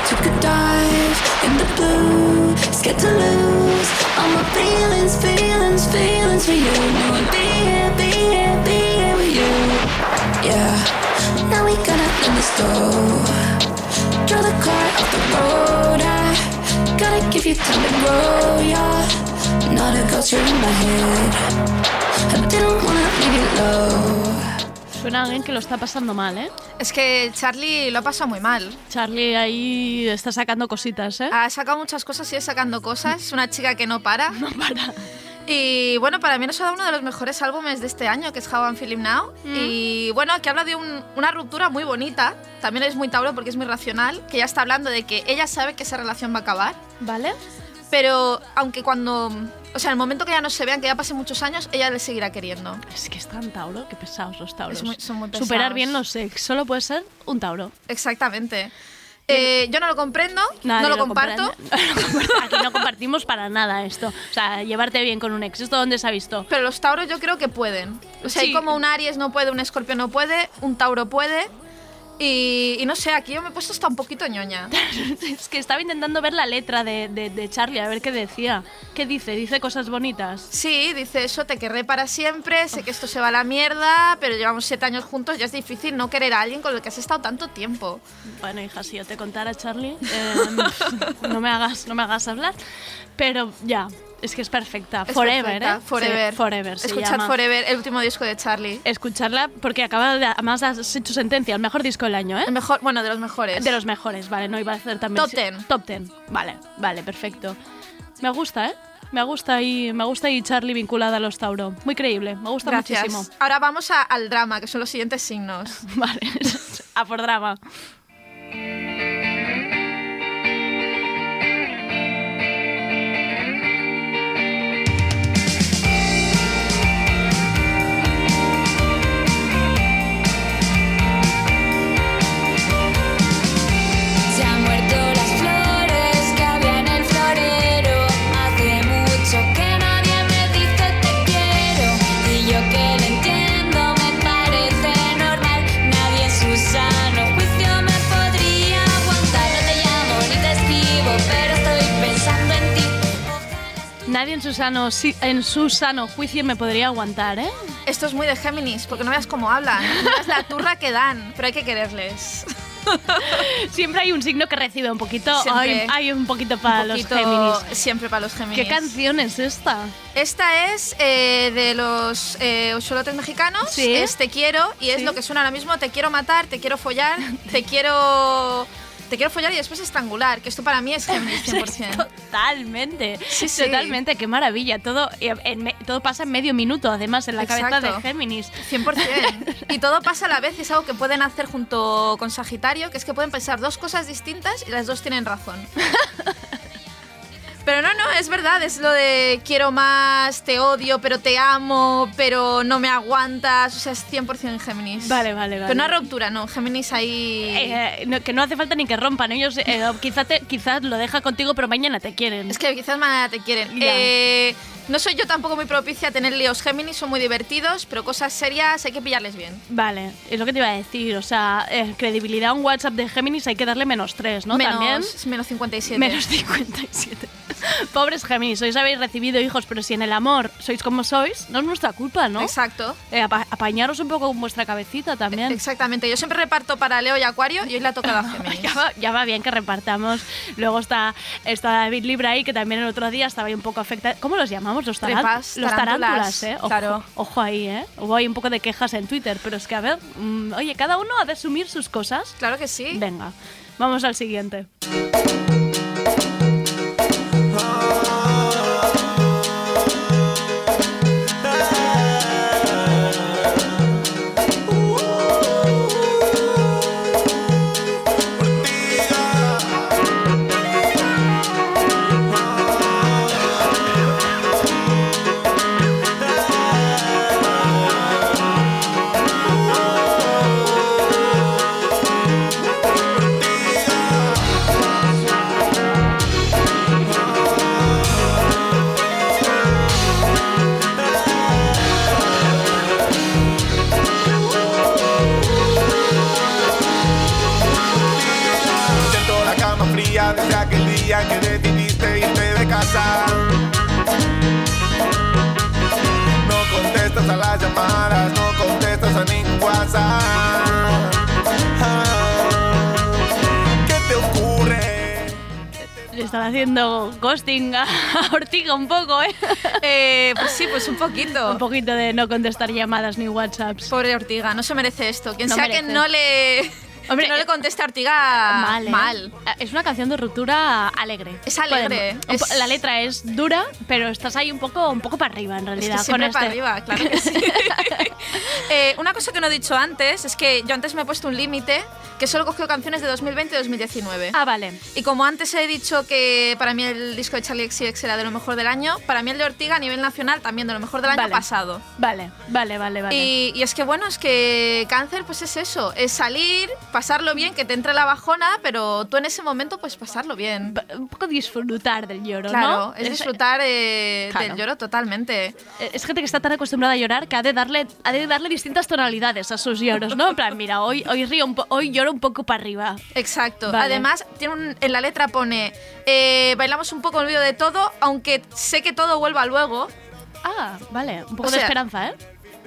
[SPEAKER 5] took a dive in the blue, scared to lose all my feelings, feelings, feelings for you. Knew I'd be here, be here, be here with you. Yeah, now we gotta let this go. Draw the car off the road. I gotta give you time to grow, yeah. Not a ghost you're in my head. I didn't wanna leave you low.
[SPEAKER 2] Suena a alguien que lo está pasando mal, ¿eh?
[SPEAKER 10] Es que Charlie lo ha pasado muy mal.
[SPEAKER 2] Charlie ahí está sacando cositas, ¿eh?
[SPEAKER 10] Ha sacado muchas cosas, sigue sacando cosas. Es una chica que no para. No para. Y bueno, para mí nos ha dado uno de los mejores álbumes de este año, que es How I'm Feeling Now. Y bueno, aquí habla de un- una ruptura muy bonita. También es muy Tauro porque es muy racional, que ya está hablando de que ella sabe que esa relación va a acabar.
[SPEAKER 2] ¿Vale?
[SPEAKER 10] Pero aunque cuando... O sea, en el momento que ya no se vean, que ya pasen muchos años, ella le seguirá queriendo.
[SPEAKER 2] Es que es tan Tauro, que pesados los Tauros.
[SPEAKER 10] Es muy- son muy
[SPEAKER 2] Superar
[SPEAKER 10] pesados.
[SPEAKER 2] bien los ex, solo puede ser un Tauro.
[SPEAKER 10] Exactamente. Eh, yo no lo comprendo,
[SPEAKER 2] Nadie
[SPEAKER 10] no lo,
[SPEAKER 2] lo
[SPEAKER 10] comparto.
[SPEAKER 2] Aquí no compartimos para nada esto. O sea, llevarte bien con un ex, ¿esto dónde se ha visto?
[SPEAKER 10] Pero los tauros yo creo que pueden. O sea,
[SPEAKER 2] Sí.
[SPEAKER 10] hay como un Aries no puede, un Escorpio no puede, un Tauro puede. Y, y no sé, aquí yo me he puesto hasta un poquito ñoña.
[SPEAKER 2] es que estaba intentando ver la letra de, de- de Charlie, a ver qué decía. ¿Qué dice? Dice cosas bonitas.
[SPEAKER 10] Sí, dice eso, te querré para siempre, sé que esto se va a la mierda, pero llevamos siete años juntos, ya es difícil no querer a alguien con el que has estado tanto tiempo.
[SPEAKER 2] Bueno, hija, si yo te contara, Charlie, eh, no, me hagas, no me hagas hablar. Pero ya, es que es perfecta.
[SPEAKER 10] Es
[SPEAKER 2] forever,
[SPEAKER 10] perfecta,
[SPEAKER 2] ¿eh?
[SPEAKER 10] Forever.
[SPEAKER 2] Sí, forever. se
[SPEAKER 10] Escuchad
[SPEAKER 2] llama.
[SPEAKER 10] Forever, el último disco de Charlie.
[SPEAKER 2] Escucharla porque acaba de. Además, has hecho sentencia, el mejor disco del año, ¿eh? El
[SPEAKER 10] mejor, bueno, de los mejores.
[SPEAKER 2] De los mejores, vale, no iba a hacer también.
[SPEAKER 10] Top ten.
[SPEAKER 2] Top ten, vale, vale, perfecto. Me gusta, ¿eh? Me gusta y me gusta y Charlie vinculada a los Tauro. Muy creíble, me gusta
[SPEAKER 10] Gracias.
[SPEAKER 2] muchísimo.
[SPEAKER 10] Ahora vamos a- al drama, que son los siguientes signos.
[SPEAKER 2] Vale, a por drama.
[SPEAKER 12] Se han muerto las flores que había en el florero. Hace mucho que nadie me dice te quiero. Y yo que lo entiendo me parece normal. Nadie en su sano juicio me podría aguantar. No te llamo ni te escribo, pero estoy pensando en ti.
[SPEAKER 2] Nadie en su sano, si- en su sano juicio me podría aguantar, ¿eh?
[SPEAKER 10] Esto es muy de Géminis, porque no veas cómo hablan, no veas la turra que dan, pero hay que quererles.
[SPEAKER 2] Siempre hay un signo que recibe un poquito.
[SPEAKER 10] Siempre.
[SPEAKER 2] Hay, hay un poquito para
[SPEAKER 10] Un poquito-
[SPEAKER 2] los Géminis.
[SPEAKER 10] Siempre para los Géminis.
[SPEAKER 2] ¿Qué canción es esta?
[SPEAKER 10] Esta es eh, de los eh, osholotes mexicanos,
[SPEAKER 2] Sí.
[SPEAKER 10] es Te quiero, y es
[SPEAKER 2] Sí.
[SPEAKER 10] lo que suena ahora mismo, te quiero matar, te quiero follar, te quiero... Te quiero follar y después estrangular, que esto para mí es Géminis 100%.
[SPEAKER 2] Totalmente,
[SPEAKER 10] Eh. Sí, sí.
[SPEAKER 2] totalmente, qué maravilla. Todo, eh, en me- todo pasa en medio minuto, además, en la cabeza de
[SPEAKER 10] Exacto.
[SPEAKER 2] Géminis.
[SPEAKER 10] 100%. Y todo pasa a la vez y es algo que pueden hacer junto con Sagitario, que es que pueden pensar dos cosas distintas y las dos tienen razón. Pero no, no, es verdad, es lo de quiero más, te odio, pero te amo, pero no me aguantas, o sea, es 100% Géminis.
[SPEAKER 2] Vale, vale, vale.
[SPEAKER 10] Pero no ruptura, no, Géminis ahí...
[SPEAKER 2] Eh, eh, no- que no hace falta ni que rompan ellos. eh, quizá te- quizás lo deja contigo, pero mañana te quieren.
[SPEAKER 10] Es que quizás mañana te quieren.
[SPEAKER 2] Ya.
[SPEAKER 10] Eh, no soy yo tampoco muy propicia a tener líos Géminis, son muy divertidos, pero cosas serias hay que pillarles bien.
[SPEAKER 2] Vale, es lo que te iba a decir. O sea, eh, credibilidad a un WhatsApp de Géminis hay que darle menos 3, ¿no?
[SPEAKER 10] menos,
[SPEAKER 2] También.
[SPEAKER 10] menos 57.
[SPEAKER 2] Menos 57. Pobres Géminis, hoy habéis recibido hijos, pero si en el amor sois como sois, no es nuestra culpa, ¿no?
[SPEAKER 10] Exacto.
[SPEAKER 2] Eh, apa- apañaros un poco con vuestra cabecita también.
[SPEAKER 10] Exactamente, yo siempre reparto para Leo y Acuario y hoy la toca a Géminis.
[SPEAKER 2] Ya va, ya va bien que repartamos. Luego está, está David Libra ahí, que también el otro día estaba ahí un poco afectado. ¿Cómo los llamamos? Los, taran-
[SPEAKER 10] Trepas,
[SPEAKER 2] los tarántulas,
[SPEAKER 10] tarántulas,
[SPEAKER 2] ¿eh? Ojo,
[SPEAKER 10] claro.
[SPEAKER 2] ojo ahí, ¿eh? Hubo ahí un poco de quejas en Twitter, pero es que, a ver, mm, oye, cada uno ha de asumir sus cosas.
[SPEAKER 10] Claro que sí.
[SPEAKER 2] Venga, vamos al siguiente.
[SPEAKER 13] Siento la cama fría desde aquel día que decidiste irte de casa. No contestas a las llamadas, no contestas a ningún WhatsApp. Ah, ¿Qué te ocurre?
[SPEAKER 2] Le están haciendo ghosting a a Ortiga un poco, ¿eh?
[SPEAKER 10] pues sí, pues un poquito.
[SPEAKER 2] Un poquito de no contestar llamadas ni WhatsApps.
[SPEAKER 10] Pobre Ortiga, no se merece esto. Quien
[SPEAKER 2] No
[SPEAKER 10] sea que
[SPEAKER 2] merece.
[SPEAKER 10] no le,
[SPEAKER 2] Hombre,
[SPEAKER 10] que
[SPEAKER 2] eh,
[SPEAKER 10] no le conteste a Ortiga
[SPEAKER 2] mal, ¿eh?
[SPEAKER 10] Ah, mal.
[SPEAKER 2] Es una canción de ruptura alegre.
[SPEAKER 10] Es alegre,
[SPEAKER 2] Podemos- un po-
[SPEAKER 10] es-
[SPEAKER 2] La letra es dura, pero estás ahí un poco, un poco para arriba
[SPEAKER 10] Es
[SPEAKER 2] en realidad.
[SPEAKER 10] que
[SPEAKER 2] con
[SPEAKER 10] siempre
[SPEAKER 2] este.
[SPEAKER 10] para arriba, claro que sí. Eh, una cosa que no he dicho antes es que yo antes me he puesto un límite que solo cogió canciones de 2020 y 2019.
[SPEAKER 2] Ah, vale.
[SPEAKER 10] Y como antes he dicho que para mí el disco de Charlie XCX era de lo mejor del año, para mí el de Ortiga a nivel nacional también de lo mejor del año
[SPEAKER 2] Vale.
[SPEAKER 10] pasado.
[SPEAKER 2] Vale, vale, vale, vale.
[SPEAKER 10] Y, y es que bueno, es que cáncer pues es eso, es salir, pasarlo bien, que te entre la bajona, pero tú en ese momento pues pasarlo bien.
[SPEAKER 2] Un poco disfrutar del lloro,
[SPEAKER 10] Claro,
[SPEAKER 2] ¿no?
[SPEAKER 10] es disfrutar eh,
[SPEAKER 2] Claro.
[SPEAKER 10] del lloro totalmente.
[SPEAKER 2] Eh, Es gente que está tan acostumbrada a llorar que ha de darle, ha de darle distintas tonalidades a sus lloros, ¿no? En plan, mira, hoy, hoy, río un po- hoy lloro llevarlo un poco para arriba.
[SPEAKER 10] Exacto.
[SPEAKER 2] Vale.
[SPEAKER 10] Además, tiene un- en la letra pone, eh, bailamos un poco el vídeo de todo, aunque sé que todo vuelva luego.
[SPEAKER 2] Ah, vale. Un poco
[SPEAKER 10] O
[SPEAKER 2] de
[SPEAKER 10] sea,
[SPEAKER 2] esperanza, ¿eh?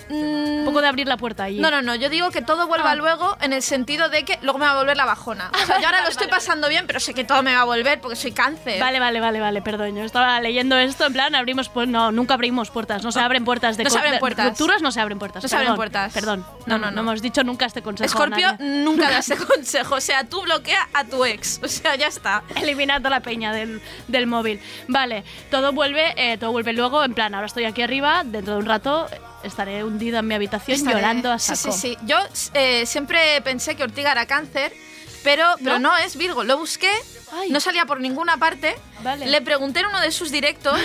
[SPEAKER 2] Un poco de abrir la puerta allí.
[SPEAKER 10] Mm. No, no, no, yo digo que todo vuelva
[SPEAKER 2] Ah.
[SPEAKER 10] luego en el sentido de que luego me va a volver la bajona. O sea, yo ahora lo estoy pasando bien, pero sé que todo me va a volver porque soy cáncer.
[SPEAKER 2] Vale, vale, vale, vale, perdón. Yo estaba leyendo esto en plan, abrimos pu- No, nunca abrimos puertas. No se abren puertas de
[SPEAKER 10] Ah, No se
[SPEAKER 2] co-
[SPEAKER 10] abren
[SPEAKER 2] de
[SPEAKER 10] puertas.
[SPEAKER 2] Rupturas no se abren puertas.
[SPEAKER 10] No se abren
[SPEAKER 2] perdón,
[SPEAKER 10] puertas.
[SPEAKER 2] Perdón. No, no, no. hemos dicho nunca este consejo.
[SPEAKER 10] Scorpio nunca da ese consejo. O sea, tú bloquea a tu ex. O sea, ya está.
[SPEAKER 2] Eliminando la peña del, del móvil. Vale, todo vuelve, eh, todo vuelve luego. En plan, ahora estoy aquí arriba, dentro de un rato estaré hundida en mi habitación
[SPEAKER 10] Estaré-
[SPEAKER 2] llorando a
[SPEAKER 10] Sí,
[SPEAKER 2] saco.
[SPEAKER 10] sí, sí. Yo eh, siempre pensé que Ortiga era cáncer, pero, pero
[SPEAKER 2] ¿No?
[SPEAKER 10] ¿No? es Virgo. Lo busqué, no salía por ninguna parte. Le pregunté en uno de sus directos.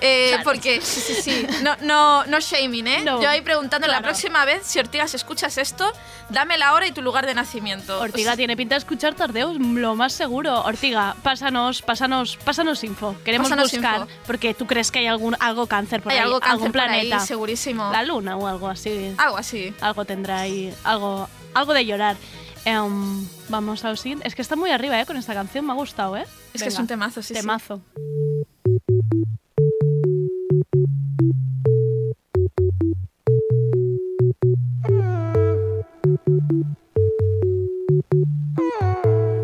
[SPEAKER 10] eh,
[SPEAKER 2] Claro.
[SPEAKER 10] porque sí, sí, sí. No, no, no shaming, ¿eh?
[SPEAKER 2] No.
[SPEAKER 10] Yo ahí preguntando la
[SPEAKER 2] Claro.
[SPEAKER 10] próxima vez, si Ortiga, si escuchas esto, dame la hora y tu lugar de nacimiento.
[SPEAKER 2] Ortiga tiene pinta de escuchar tardeos, lo más seguro. Ortiga, pásanos, pásanos, pásanos info. Queremos
[SPEAKER 10] Pásanos
[SPEAKER 2] buscar,
[SPEAKER 10] info.
[SPEAKER 2] porque tú crees que hay algún algo cáncer por
[SPEAKER 10] Hay
[SPEAKER 2] ahí,
[SPEAKER 10] algo cáncer
[SPEAKER 2] algún
[SPEAKER 10] por ahí,
[SPEAKER 2] planeta,
[SPEAKER 10] segurísimo.
[SPEAKER 2] La luna o algo así.
[SPEAKER 10] Algo así.
[SPEAKER 2] Algo tendrá ahí, algo, algo de llorar. Em, vamos a lo siguiente. Es que está muy arriba, eh, con esta canción. Me ha gustado, eh.
[SPEAKER 10] Es que es un temazo, sí, sí.
[SPEAKER 2] Temazo.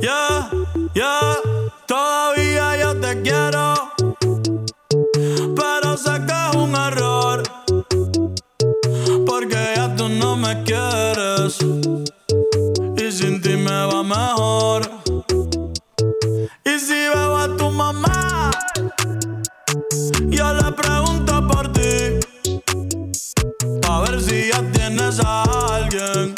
[SPEAKER 14] Yeah, yeah, todavía yo te quiero. Pero sé que es un error. Porque ya tú no me quieres. Y sin ti me va mejor. Y si veo a tu mamá, yo le pregunto por ti. A ver si ya tienes a alguien.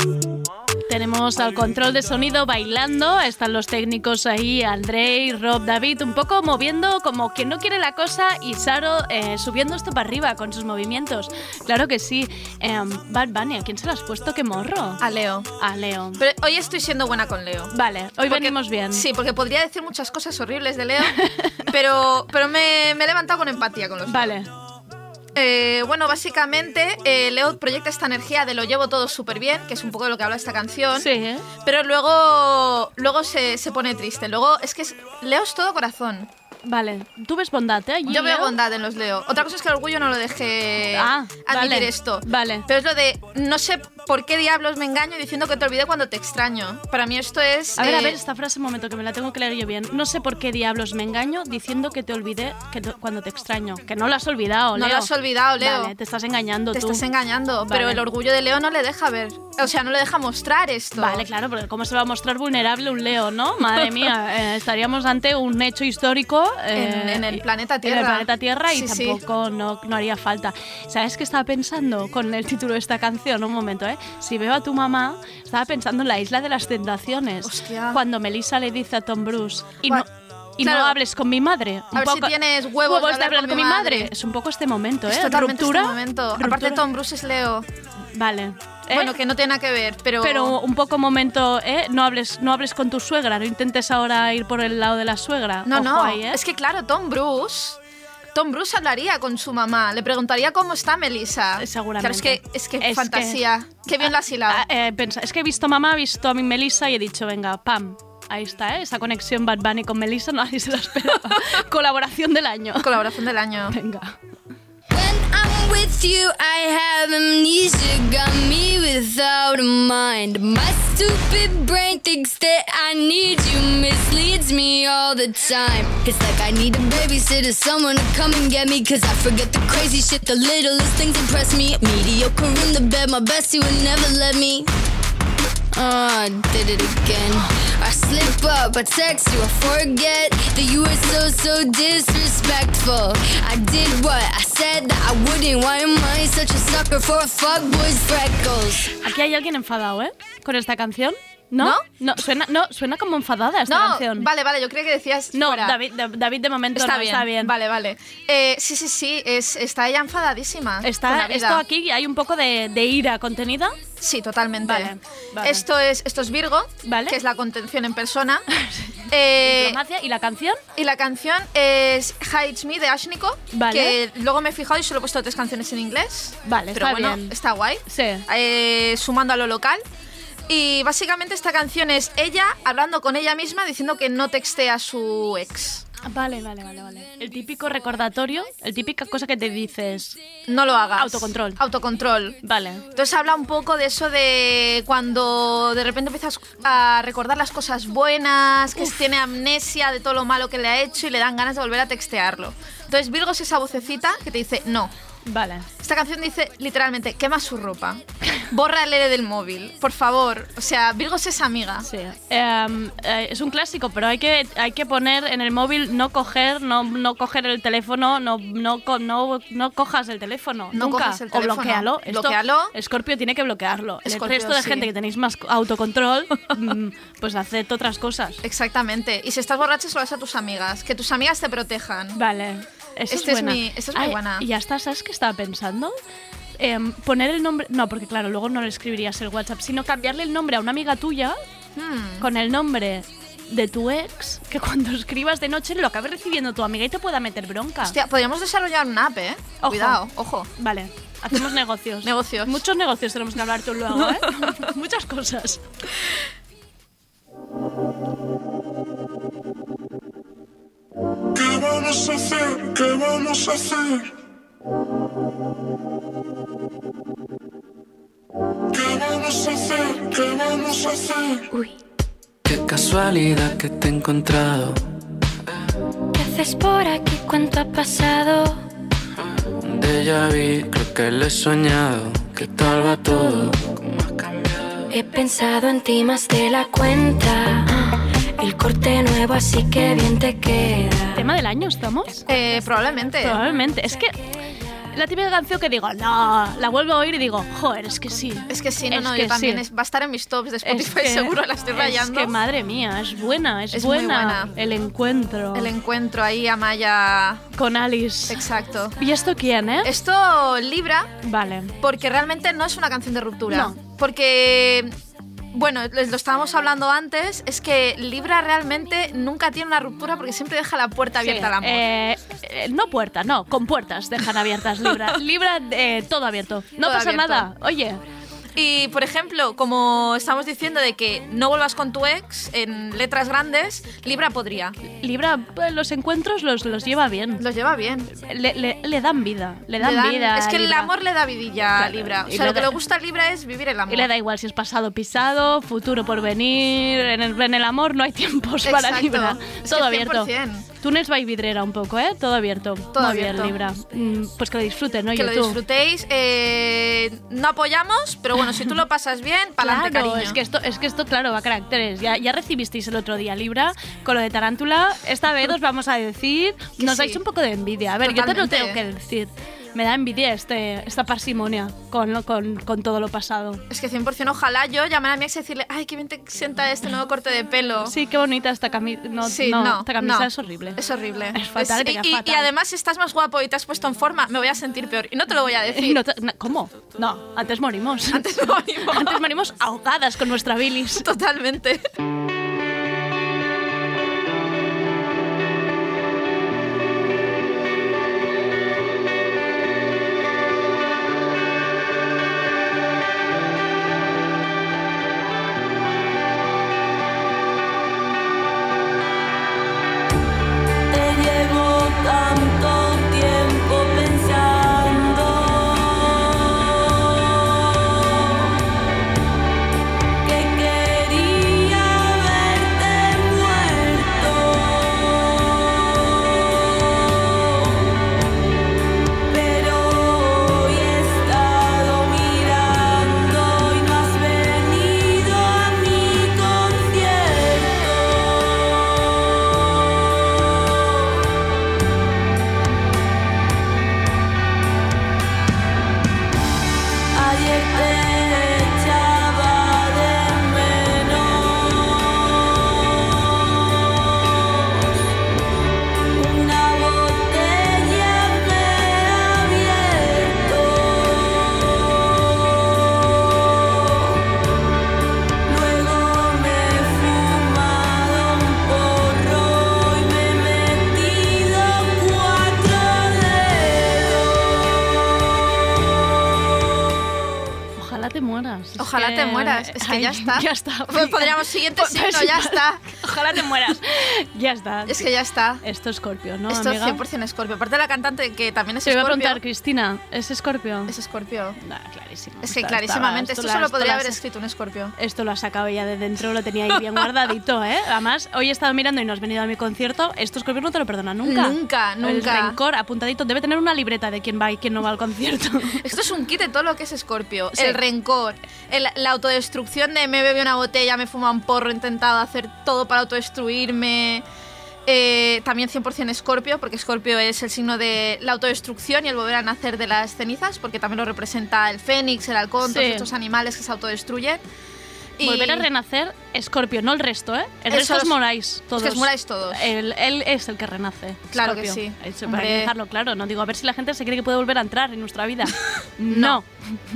[SPEAKER 2] Tenemos al control de sonido bailando, están los técnicos ahí, Andrei, Rob, David, un poco moviendo como quien no quiere la cosa y Saro eh, subiendo esto para arriba con sus movimientos. Claro que sí. Em, Bad Bunny, ¿a quién se lo has puesto? ¡Qué morro!
[SPEAKER 10] A Leo.
[SPEAKER 2] A Leo.
[SPEAKER 10] Pero hoy estoy siendo buena con Leo.
[SPEAKER 2] Vale, hoy venimos bien.
[SPEAKER 10] Sí, porque podría decir muchas cosas horribles de Leo, pero, pero me, me he levantado con empatía con los dos.
[SPEAKER 2] Vale.
[SPEAKER 10] Eh, bueno, básicamente eh, Leo proyecta esta energía de lo llevo todo súper bien, que es un poco de lo que habla esta canción.
[SPEAKER 2] Sí, ¿eh?
[SPEAKER 10] Pero luego, luego se, se pone triste. Luego es que es- Leo es todo corazón.
[SPEAKER 2] Vale, tú ves bondad, ¿eh? Allí,
[SPEAKER 10] Yo veo
[SPEAKER 2] Leo.
[SPEAKER 10] bondad en los Leo. Otra cosa es que el orgullo no lo dejé
[SPEAKER 2] Ah,
[SPEAKER 10] admitir
[SPEAKER 2] vale,
[SPEAKER 10] esto.
[SPEAKER 2] Vale.
[SPEAKER 10] Pero es lo de no sé por qué diablos me engaño diciendo que te olvidé cuando te extraño. Para mí esto es.
[SPEAKER 2] A ver, a
[SPEAKER 10] eh,
[SPEAKER 2] ver, esta frase un momento que me la tengo que leer yo bien. No sé por qué diablos me engaño diciendo que te olvidé que te- cuando te extraño. Que no lo has olvidado,
[SPEAKER 10] No lo
[SPEAKER 2] Leo.
[SPEAKER 10] has olvidado, Leo.
[SPEAKER 2] Vale, te estás engañando
[SPEAKER 10] Te
[SPEAKER 2] tú.
[SPEAKER 10] estás engañando,
[SPEAKER 2] Vale.
[SPEAKER 10] pero el orgullo de Leo no le deja ver. O sea, no le deja mostrar esto.
[SPEAKER 2] Vale, claro, porque cómo se va a mostrar vulnerable un Leo, ¿no? Madre mía, eh, estaríamos ante un hecho histórico eh,
[SPEAKER 10] En- en el planeta Tierra.
[SPEAKER 2] En el planeta Tierra y
[SPEAKER 10] Sí, sí.
[SPEAKER 2] tampoco no, no haría falta. ¿Sabes qué estaba pensando con el título de esta canción? Un momento, ¿eh? Si veo a tu mamá, estaba pensando en la isla de las tentaciones.
[SPEAKER 10] Hostia.
[SPEAKER 2] Cuando Melissa le dice a Tom Bruce y
[SPEAKER 10] Gua-
[SPEAKER 2] no... Y
[SPEAKER 10] Claro.
[SPEAKER 2] no hables con mi madre.
[SPEAKER 10] A ver si tienes huevos de hablar con mi madre.
[SPEAKER 2] Es un poco este momento, ¿eh?
[SPEAKER 10] Es totalmente
[SPEAKER 2] Ruptura.
[SPEAKER 10] este momento. Aparte,
[SPEAKER 2] ruptura.
[SPEAKER 10] Tom Bruce es Leo.
[SPEAKER 2] Vale. ¿eh?
[SPEAKER 10] Bueno, que no tiene nada que ver, pero.
[SPEAKER 2] Pero un poco momento, ¿eh? No hables, no hables con tu suegra, no intentes ahora ir por el lado de la suegra.
[SPEAKER 10] No,
[SPEAKER 2] Ojo
[SPEAKER 10] no.
[SPEAKER 2] ahí, ¿eh?
[SPEAKER 10] Es que, claro, Tom Bruce. Tom Bruce hablaría con su mamá, le preguntaría cómo está Melissa. Seguramente. Claro, es que, es que
[SPEAKER 2] Es
[SPEAKER 10] fantasía. Qué bien lo has hilado.
[SPEAKER 2] Ah, eh, pensa- es que he visto a mamá, he visto a mi Melissa y he dicho, venga, pam. Ahí está, ¿eh? Esa conexión Bad Bunny con Melissa nadie se la esperaba. Colaboración del año.
[SPEAKER 10] Colaboración del año.
[SPEAKER 2] Venga.
[SPEAKER 15] I'm with you, I have amnesia, got me without a mind. My stupid brain thinks that I need you, misleads me all the time. It's like I need a babysitter, someone to come and get me, cause I forget the crazy shit, the littlest things impress me. Mediocre in the bed, my bestie would never let me. Oh, I did it again. I slip up, I text you, I forget that you were so, so disrespectful. I did what I said that I wouldn't. Why am I such a sucker for a fuckboy's freckles?
[SPEAKER 2] Aquí hay alguien enfadado, ¿eh? Con esta canción. ¿No?
[SPEAKER 10] ¿No?
[SPEAKER 2] suena, no, suena como enfadada esta
[SPEAKER 10] no,
[SPEAKER 2] canción.
[SPEAKER 10] vale, vale, yo creía que decías.
[SPEAKER 2] No,
[SPEAKER 10] fuera.
[SPEAKER 2] David, Da- David de momento
[SPEAKER 10] Está
[SPEAKER 2] no,
[SPEAKER 10] bien,
[SPEAKER 2] está bien.
[SPEAKER 10] Vale, vale. Eh, sí, sí, sí, es, está ella enfadadísima. con
[SPEAKER 2] Está,
[SPEAKER 10] la vida.
[SPEAKER 2] esto aquí hay un poco de, de ira contenida.
[SPEAKER 10] Sí, totalmente.
[SPEAKER 2] Vale, vale.
[SPEAKER 10] Esto, es, esto es Virgo, que es la contención en persona. Eh,
[SPEAKER 2] ¿Y la canción?
[SPEAKER 10] Y la canción es Hides Me de Ashniko,
[SPEAKER 2] Vale.
[SPEAKER 10] que luego me he fijado y solo he puesto tres canciones en inglés.
[SPEAKER 2] Vale,
[SPEAKER 10] pero
[SPEAKER 2] está
[SPEAKER 10] bueno,
[SPEAKER 2] bien.
[SPEAKER 10] está guay.
[SPEAKER 2] Sí.
[SPEAKER 10] Eh, sumando a lo local. Y básicamente esta canción es ella hablando con ella misma diciendo que no textea a su ex.
[SPEAKER 2] Vale, vale, vale, vale. El típico recordatorio, el típica cosa que te dices.
[SPEAKER 10] No lo hagas.
[SPEAKER 2] Autocontrol.
[SPEAKER 10] Autocontrol.
[SPEAKER 2] Vale.
[SPEAKER 10] Entonces habla un poco de eso de cuando de repente empiezas a recordar las cosas buenas, que tiene amnesia de todo lo malo que le ha hecho y le dan ganas de volver a textearlo. Entonces Virgo es esa vocecita que te dice no.
[SPEAKER 2] Vale.
[SPEAKER 10] Esta canción dice literalmente, quema su ropa, borra el L del móvil, por favor. O sea, Virgo es amiga.
[SPEAKER 2] Sí. Em, eh, es un clásico, pero hay que, hay que poner en el móvil no coger, no, no coger el teléfono, no, no, co- no, no cojas el teléfono.
[SPEAKER 10] No
[SPEAKER 2] nunca.
[SPEAKER 10] cojas el teléfono.
[SPEAKER 2] O bloquealo. Esto,
[SPEAKER 10] Bloquealo.
[SPEAKER 2] Scorpio tiene que bloquearlo.
[SPEAKER 10] Scorpio,
[SPEAKER 2] el resto de
[SPEAKER 10] sí.
[SPEAKER 2] gente que tenéis más autocontrol, mm, pues haced otras cosas.
[SPEAKER 10] Exactamente. Y si estás borracha, se lo das a tus amigas. Que tus amigas te protejan.
[SPEAKER 2] Vale. Eso
[SPEAKER 10] Este
[SPEAKER 2] es,
[SPEAKER 10] es
[SPEAKER 2] buena.
[SPEAKER 10] mi- esta es muy
[SPEAKER 2] Ay,
[SPEAKER 10] buena.
[SPEAKER 2] Y ya está, ¿sabes qué estaba pensando? Em, poner el nombre. No, porque claro, luego no le escribirías el WhatsApp, sino cambiarle el nombre a una amiga tuya
[SPEAKER 10] Hmm.
[SPEAKER 2] con el nombre de tu ex, que cuando escribas de noche lo acabe recibiendo tu amiga y te pueda meter bronca.
[SPEAKER 10] Hostia, podríamos desarrollar un app, ¿eh?
[SPEAKER 2] Ojo.
[SPEAKER 10] Cuidado, ojo.
[SPEAKER 2] Vale, hacemos negocios. negocios. Muchos negocios tenemos que hablar tú luego, ¿eh? Muchas cosas.
[SPEAKER 8] ¿Qué vamos a hacer? ¿Qué vamos a hacer? ¿Qué vamos a hacer? ¿Qué vamos a hacer?
[SPEAKER 1] Qué casualidad que te he encontrado.
[SPEAKER 16] ¿Qué haces por aquí? ¿Cuánto ha pasado?
[SPEAKER 1] De ella vi, creo que le he soñado. ¿Qué tal va todo?
[SPEAKER 16] He pensado en ti más de la cuenta. El corte nuevo, así que bien te queda.
[SPEAKER 2] ¿Tema del año estamos?
[SPEAKER 10] Eh, probablemente.
[SPEAKER 2] Probablemente. Es que la típica canción que digo, no, la vuelvo a oír y digo, joder, es que sí.
[SPEAKER 10] Es que sí, no,
[SPEAKER 2] Es
[SPEAKER 10] no,
[SPEAKER 2] que
[SPEAKER 10] yo también.
[SPEAKER 2] sí.
[SPEAKER 10] es- va a estar en mis tops de Spotify,
[SPEAKER 2] que-
[SPEAKER 10] seguro, la estoy rayando.
[SPEAKER 2] Es que madre mía, es buena, es,
[SPEAKER 10] Es muy
[SPEAKER 2] buena. El encuentro.
[SPEAKER 10] El encuentro ahí, Amaya.
[SPEAKER 2] Con Alice.
[SPEAKER 10] Exacto.
[SPEAKER 2] ¿Y esto quién, eh?
[SPEAKER 10] Esto Libra,
[SPEAKER 2] Vale.
[SPEAKER 10] porque realmente no es una canción de ruptura.
[SPEAKER 2] No.
[SPEAKER 10] Porque, bueno, les lo estábamos hablando antes, es que Libra realmente nunca tiene una ruptura porque siempre deja la puerta abierta al
[SPEAKER 2] Sí,
[SPEAKER 10] amor.
[SPEAKER 2] eh, eh, no puerta, no, con puertas dejan abiertas Libra. Libra, eh, todo abierto. No
[SPEAKER 10] Todo
[SPEAKER 2] pasa
[SPEAKER 10] abierto.
[SPEAKER 2] nada, oye.
[SPEAKER 10] Y, por ejemplo, como estamos diciendo de que no vuelvas con tu ex en letras grandes, Libra podría.
[SPEAKER 2] Libra, eh, los encuentros los, los lleva bien.
[SPEAKER 10] Los lleva bien.
[SPEAKER 2] Le, le- le dan vida, le dan,
[SPEAKER 10] Le dan-
[SPEAKER 2] vida.
[SPEAKER 10] Es que el
[SPEAKER 2] Libra.
[SPEAKER 10] amor le da vidilla a
[SPEAKER 2] Claro,
[SPEAKER 10] Libra. O
[SPEAKER 2] y
[SPEAKER 10] sea, lo
[SPEAKER 2] le
[SPEAKER 10] que
[SPEAKER 2] da-
[SPEAKER 10] le gusta a Libra es vivir el amor.
[SPEAKER 2] Y le da igual si es pasado pisado, futuro por venir. En el, en el amor no hay tiempos para
[SPEAKER 10] Exacto.
[SPEAKER 2] Libra.
[SPEAKER 10] Es
[SPEAKER 2] Todo
[SPEAKER 10] que
[SPEAKER 2] abierto.
[SPEAKER 10] 100%.
[SPEAKER 2] Túnez va y vidrera un poco, ¿eh? Todo abierto.
[SPEAKER 10] Todo
[SPEAKER 2] Muy bien,
[SPEAKER 10] abierto.
[SPEAKER 2] Libra. Mm, Pues que lo disfruten, ¿no?
[SPEAKER 10] que lo
[SPEAKER 2] YouTube.
[SPEAKER 10] disfrutéis. eh, no apoyamos, pero bueno, si tú lo pasas bien, para
[SPEAKER 2] Claro,
[SPEAKER 10] cariño.
[SPEAKER 2] es que esto, es que esto, claro, va a caracteres. Ya, ya recibisteis el otro día Libra con lo de Tarántula. Esta vez os vamos a decir,
[SPEAKER 10] Que
[SPEAKER 2] nos
[SPEAKER 10] sí.
[SPEAKER 2] dais un poco de envidia. A ver, yo te
[SPEAKER 10] Totalmente.
[SPEAKER 2] lo tengo que decir. Me da envidia este, esta parsimonia con, lo- con, con todo lo pasado.
[SPEAKER 10] Es que 100% ojalá yo llamar a mi ex y decirle, ay, qué bien te sienta este nuevo corte de pelo.
[SPEAKER 2] Sí, qué bonita esta camisa. No,
[SPEAKER 10] Sí,
[SPEAKER 2] no,
[SPEAKER 10] no,
[SPEAKER 2] esta camisa
[SPEAKER 10] no.
[SPEAKER 2] es horrible.
[SPEAKER 10] Es horrible.
[SPEAKER 2] Es fatal,
[SPEAKER 10] Es-
[SPEAKER 2] te
[SPEAKER 10] y,
[SPEAKER 2] queda
[SPEAKER 10] y- y
[SPEAKER 2] fatal.
[SPEAKER 10] además, si estás más guapo y te has puesto en forma, me voy a sentir peor. Y no te lo voy a decir.
[SPEAKER 2] No te- no, ¿Cómo? No, antes morimos. Antes
[SPEAKER 10] morimos.
[SPEAKER 2] antes morimos ahogadas con nuestra bilis.
[SPEAKER 10] Totalmente.
[SPEAKER 12] Te llevo tanto tiempo pensando que quería
[SPEAKER 10] Ojalá te mueras. Es que
[SPEAKER 2] ay,
[SPEAKER 10] ya está.
[SPEAKER 2] Ya está.
[SPEAKER 10] Pues podríamos siguiente
[SPEAKER 2] Pues
[SPEAKER 10] signo,
[SPEAKER 2] es
[SPEAKER 10] ya
[SPEAKER 2] igual.
[SPEAKER 10] está.
[SPEAKER 2] Ojalá te mueras. Ya está.
[SPEAKER 10] Es que ya está.
[SPEAKER 2] Esto es Scorpio, ¿no,
[SPEAKER 10] Esto es
[SPEAKER 2] amiga?
[SPEAKER 10] 100% Scorpio. Aparte de la cantante que también es
[SPEAKER 2] Te iba a
[SPEAKER 10] Scorpio.
[SPEAKER 2] preguntar, Cristina, ¿es Escorpio?
[SPEAKER 10] Es Escorpio.
[SPEAKER 2] clarísimo.
[SPEAKER 10] Es que
[SPEAKER 2] Esta-
[SPEAKER 10] clarísimamente,
[SPEAKER 2] estaba-
[SPEAKER 10] esto
[SPEAKER 2] la-
[SPEAKER 10] solo podría
[SPEAKER 2] la-
[SPEAKER 10] haber escrito un Scorpio.
[SPEAKER 2] Esto lo ha sacado ella de dentro, lo tenía ahí bien guardadito, ¿eh? Además, hoy he estado mirando y no has venido a mi concierto. Esto Scorpio no te lo perdona nunca.
[SPEAKER 10] Nunca,
[SPEAKER 2] El
[SPEAKER 10] nunca.
[SPEAKER 2] rencor apuntadito. Debe tener una libreta de quién va y quién no va al concierto.
[SPEAKER 10] Esto es un kit de todo lo que es Escorpio.
[SPEAKER 2] Sí.
[SPEAKER 10] El rencor, el- la autodestrucción de me bebí una botella, me fuma un porro, he intentado hacer todo para autodestruirme. Eh, también 100% Escorpio, porque Escorpio es el signo de la autodestrucción y el volver a nacer de las cenizas, porque también lo representa el fénix, el halcón, todos
[SPEAKER 2] Sí.
[SPEAKER 10] estos animales que se autodestruyen. Y-
[SPEAKER 2] Volver a renacer, Escorpio, no el resto, ¿eh? El
[SPEAKER 10] Eso
[SPEAKER 2] resto es
[SPEAKER 10] es-
[SPEAKER 2] Morais.
[SPEAKER 10] es
[SPEAKER 2] Todos.
[SPEAKER 10] que es Morais todos.
[SPEAKER 2] Él, él es el que renace.
[SPEAKER 10] Claro que
[SPEAKER 2] Scorpio.
[SPEAKER 10] sí.
[SPEAKER 2] Eso, para
[SPEAKER 10] Hombre.
[SPEAKER 2] dejarlo claro, no digo a ver si la gente se cree que puede volver a entrar en nuestra vida. no.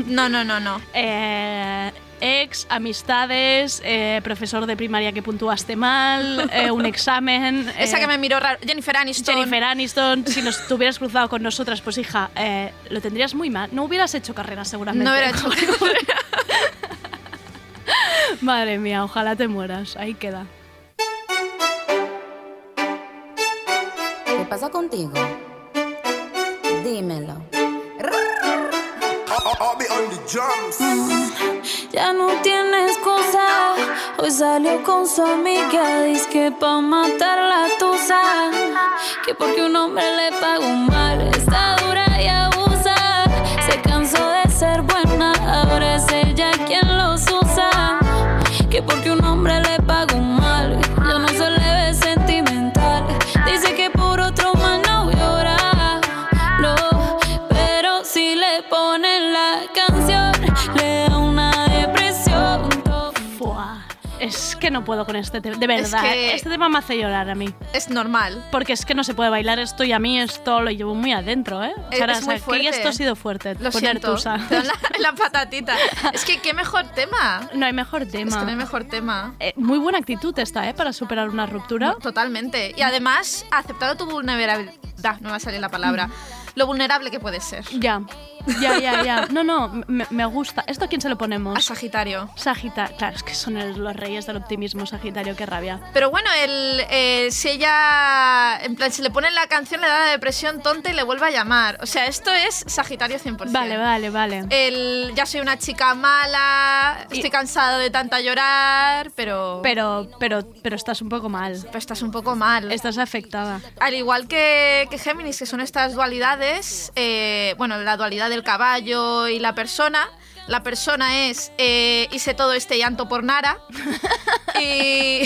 [SPEAKER 10] No, no, no, no.
[SPEAKER 2] Eh, ex, amistades, eh, profesor de primaria que puntuaste mal, eh, un examen.
[SPEAKER 10] Esa
[SPEAKER 2] eh,
[SPEAKER 10] que me miró raro, Jennifer Aniston.
[SPEAKER 2] Jennifer Aniston, si nos tuvieras cruzado con nosotras, pues hija, eh, lo tendrías muy mal. No hubieras hecho carrera seguramente.
[SPEAKER 10] No hubiera hecho
[SPEAKER 2] Madre mía, ojalá te mueras. Ahí queda.
[SPEAKER 17] ¿Qué pasa contigo? Dímelo.
[SPEAKER 18] Ya no tiene excusa. Hoy salió con su amiga. Dice que pa' matar la tusa. Que porque un hombre le pagó mal. Está dura y abusa. Se cansó de ser buena. Ahora es ella quien los usa. Que porque un hombre le pagó mal. Ya no se le ve sentimental. Dice que por otro mal no llora. No, pero si le ponen la canción, le da una depresión.
[SPEAKER 2] Buah, Es que no puedo con este tema, de verdad.
[SPEAKER 10] que-
[SPEAKER 2] Este tema me hace llorar a mí.
[SPEAKER 10] Es normal.
[SPEAKER 2] Porque es que no se puede bailar esto y a mí esto lo llevo muy adentro, ¿eh?
[SPEAKER 10] Es-
[SPEAKER 2] Sara,
[SPEAKER 10] es
[SPEAKER 2] o sea,
[SPEAKER 10] muy
[SPEAKER 2] que
[SPEAKER 10] fuerte.
[SPEAKER 2] esto ha sido fuerte.
[SPEAKER 10] Lo
[SPEAKER 2] poner
[SPEAKER 10] siento.
[SPEAKER 2] tusa.
[SPEAKER 10] Te dan la, la patatita. Es que qué mejor tema.
[SPEAKER 2] No hay mejor tema.
[SPEAKER 10] Es que no hay mejor tema.
[SPEAKER 2] Eh, muy buena actitud esta, ¿eh? Para superar una ruptura.
[SPEAKER 10] Totalmente. Y además, aceptado tu vulnerabilidad. No me va a salir la palabra. Lo vulnerable que puedes ser.
[SPEAKER 2] Ya, ya, ya, ya. No, no, me, me gusta. ¿Esto a quién se lo ponemos? A
[SPEAKER 10] Sagitario.
[SPEAKER 2] Sagitario. Claro, es que son el- los reyes del optimismo, Sagitario, qué rabia.
[SPEAKER 10] Pero bueno, el, eh, si ella. En plan, si le ponen la canción, le da la depresión tonta y le vuelve a llamar. O sea, esto es Sagitario 100%.
[SPEAKER 2] Vale, vale, vale.
[SPEAKER 10] Eh, El ya soy una chica mala, estoy cansado de tanta llorar, pero.
[SPEAKER 2] Pero, pero, pero estás un poco mal.
[SPEAKER 10] Pero estás un poco mal.
[SPEAKER 2] Estás afectada.
[SPEAKER 10] Al igual que, que Géminis, que son estas dualidades, eh, bueno, la dualidad del caballo y la persona. La persona es eh, hice todo este llanto por Nara y,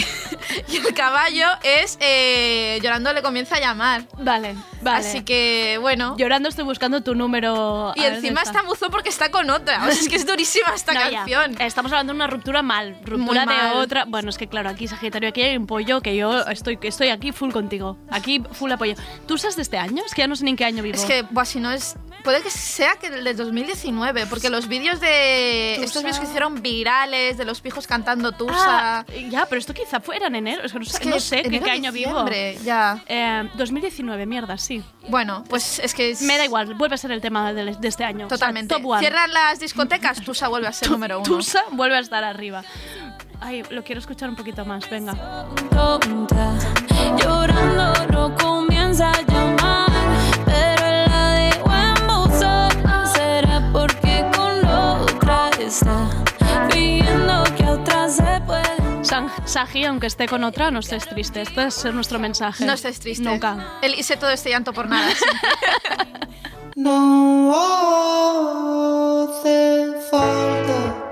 [SPEAKER 10] y el caballo es eh, llorando le comienza a llamar.
[SPEAKER 2] Vale, vale.
[SPEAKER 10] Así que bueno.
[SPEAKER 2] Llorando estoy buscando tu número.
[SPEAKER 10] Y
[SPEAKER 2] a ver dónde
[SPEAKER 10] encima está buzón porque está con otra. O sea, es que es durísima esta
[SPEAKER 2] No, ya.
[SPEAKER 10] canción.
[SPEAKER 2] Estamos hablando de una ruptura mal, ruptura
[SPEAKER 10] Muy mal.
[SPEAKER 2] de otra. Bueno, es que claro, aquí Sagitario, aquí hay un pollo que yo estoy, que estoy aquí full contigo. Aquí full apoyo. ¿Tú usas de este año? Es que ya no sé ni en qué año vivo.
[SPEAKER 10] Es que, buah, si no es. Puede que sea que el de 2019, porque los vídeos de.
[SPEAKER 2] Tusa.
[SPEAKER 10] Estos vídeos que hicieron virales, de los pijos cantando Tusa.
[SPEAKER 2] Ah, ya, pero esto quizá fuera en enero. Es que no, sé-
[SPEAKER 10] que
[SPEAKER 2] no sé qué,
[SPEAKER 10] enero,
[SPEAKER 2] qué año vivo.
[SPEAKER 10] diciembre, ya.
[SPEAKER 2] Eh, 2019, mierda, sí.
[SPEAKER 10] Bueno, pues es que.
[SPEAKER 2] Me da igual, vuelve a ser el tema del- de, este año. O sea,
[SPEAKER 10] Totalmente.
[SPEAKER 2] top one.
[SPEAKER 10] Cierran las discotecas, Tusa vuelve a ser número uno.
[SPEAKER 2] Tusa vuelve a estar arriba. Ay, lo quiero escuchar un poquito más, venga.
[SPEAKER 18] Tonta, llorando no comienza a llamar, pero la de buen buzón será porque con otra está pidiendo que a otra se puede.
[SPEAKER 2] San- Sagi, aunque esté con otra, no estés triste. Este es nuestro mensaje.
[SPEAKER 10] No estés triste.
[SPEAKER 2] Nunca.
[SPEAKER 10] El hice todo este llanto por nada. sí.
[SPEAKER 19] No hace falta